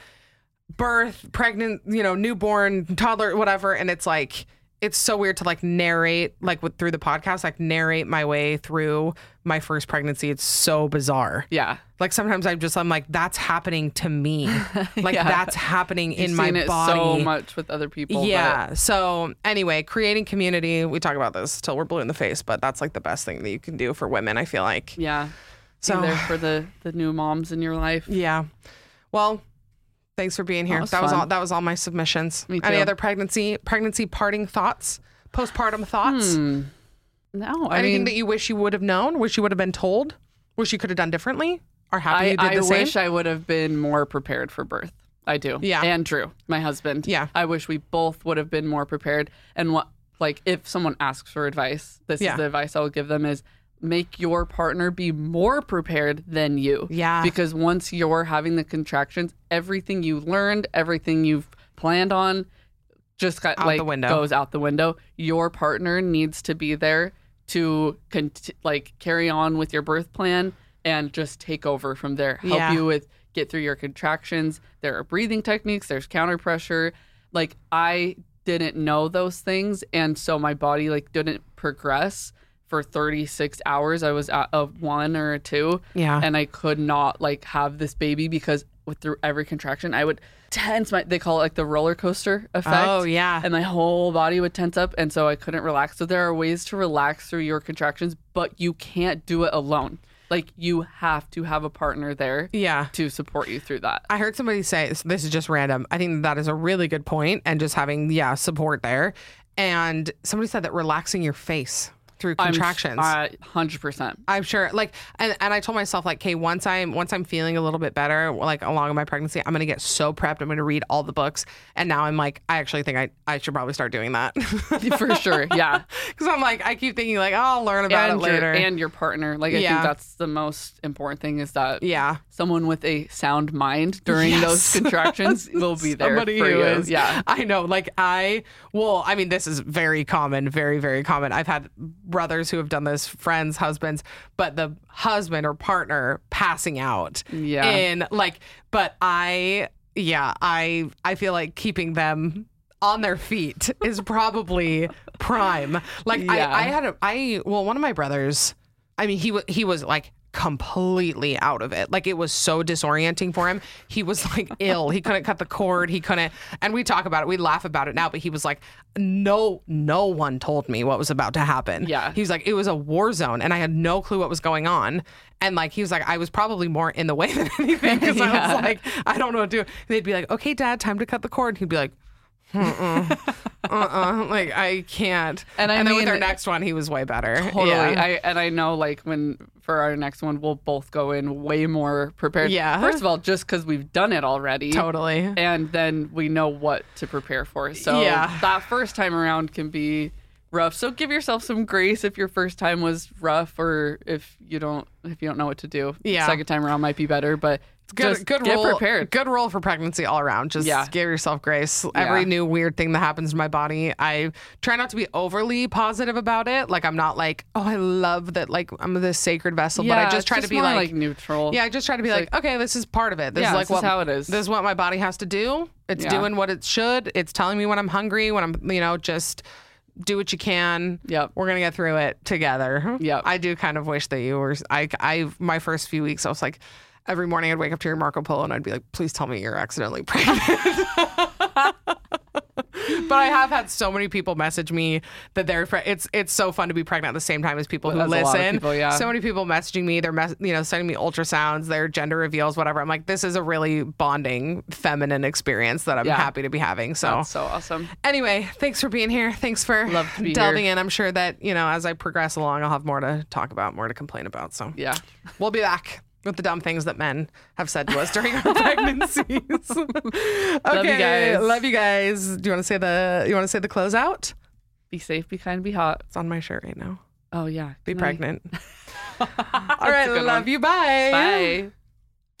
birth, pregnant, you know, newborn, toddler, whatever. And it's like, it's so weird to like narrate, like with through the podcast, like narrate my way through my first pregnancy. It's so bizarre. Yeah. Like sometimes I'm just I'm like that's happening to me. Like that's happening in You've my seen it body. so much with other people. yeah. So anyway, creating community. We talk about this till we're blue in the face, but that's like the best thing that you can do for women. I feel like. but yeah. So- So there for the the new moms in your life. Yeah. Well, thanks for being here. was that was fun. all. That was all my submissions. Me Any too. other pregnancy pregnancy parting thoughts? Postpartum thoughts? No, Hmm, I Anything mean, that you wish you would have known? Wish you would have been told? Wish you could have done differently? Or happy I, you did I the same? wish I would have been more prepared for birth. I do. Yeah. And Drew, my husband. Yeah. I wish we both would have been more prepared. And what, like, if someone asks for advice, this Yeah. is the advice I will give them: is make your partner be more prepared than you. Yeah. Because once you're having the contractions, everything you learned, everything you've planned on just got Out like the window. goes out the window. Your partner needs to be there to cont- like carry on with your birth plan and just take over from there. Help Yeah. you with get through your contractions. There are breathing techniques, there's counter pressure. Like I didn't know those things and so my body like didn't progress for 36 hours. I was at a 1 or a 2 Yeah. and I could not like have this baby because with through every contraction I would tense my they call it like the roller coaster effect. Oh, yeah. And my whole body would tense up and so I couldn't relax. So there are ways to relax through your contractions, but you can't do it alone. Like you have to have a partner there Yeah. to support you through that. I heard somebody say this is just random. I think that is a really good point and just having yeah, support there. And somebody said that relaxing your face through contractions. I'm, uh, 100%. I'm sure. Like, and, and I told myself like, okay, once I'm once I'm feeling a little bit better, like along in my pregnancy, I'm gonna get so prepped. I'm gonna read all the books. And now I'm like, I actually think I I should probably start doing that For sure. Yeah. because I'm like, I keep thinking like, oh, I'll learn about and it later. Your, and your partner. Like, I Yeah. think that's the most important thing is that yeah, someone with a sound mind during Yes. those contractions will be there Somebody for who you. is- Yeah. I know. Like I, well, I mean, this is very common, very, very common. I've had brothers who have done this, friends, husbands, but the husband or partner passing out. Yeah. And like, but I, yeah, I, I feel like keeping them on their feet is probably prime. Like Yeah. I, I had a, I, well, one of my brothers. I mean, he was he was like completely out of it. Like it was so disorienting for him. He was like ill. He couldn't cut the cord. He couldn't. And we talk about it. We laugh about it now. But he was like, no, no one told me what was about to happen. Yeah. He was like, it was a war zone, and I had no clue what was going on. And like he was like, I was probably more in the way than anything because I was like, I don't know what to do. And they'd be like, okay, Dad, time to cut the cord. And he'd be like. Uh-uh. like I can't. And I then with mean- our next one, he was way better. Totally. Yeah. I and I know like when for our next one we'll both go in way more prepared. Yeah. First of all, just because we've done it already. Totally. And then we know what to prepare for. So Yeah. that first time around can be rough. So give yourself some grace if your first time was rough or if you don't if you don't know what to do. Yeah. Second time around might be better, but just get rule, prepared. Good rule for pregnancy all around. Just Yeah. give yourself grace. Every Yeah. new weird thing that happens to my body, I try not to be overly positive about it. Like I'm not like, oh, I love that. Like I'm this sacred vessel, but I Yeah, just try just to be more, like, like, neutral. Yeah, I just try to be like, okay, this is part of it. This Yeah, is like this is what, how it is. This is what my body has to do. It's Yeah. doing what it should. It's telling me when I'm hungry. When I'm, you know, just. Do what you can. Yep. We're gonna get through it together. Yep. I do kind of wish that you were. I, I, my first few weeks, I was like, every morning I'd wake up to your Marco Polo and I'd be like, please tell me you're accidentally pregnant. but I have had so many people message me that they're. Pre- it's it's so fun to be pregnant at the same time as people who That's a lot of listen. people, yeah. So many people messaging me. They're mess- you know sending me ultrasounds, their gender reveals, whatever. I'm like, this is a really bonding feminine experience that I'm Yeah. happy to be having. So. That's so awesome. Anyway, thanks for being here. Thanks for Love to be delving here. in. I'm sure that, you know, as I progress along, I'll have more to talk about, more to complain about. So, Yeah. We'll be back with the dumb things that men have said to us during our pregnancies. okay, love you guys. Love you guys. Do you want to say the you want to say the closeout? Be safe, be kind, be hot. It's on my shirt right now. Oh yeah. Be Can I- pregnant. All right, good love one. you. Bye. Bye.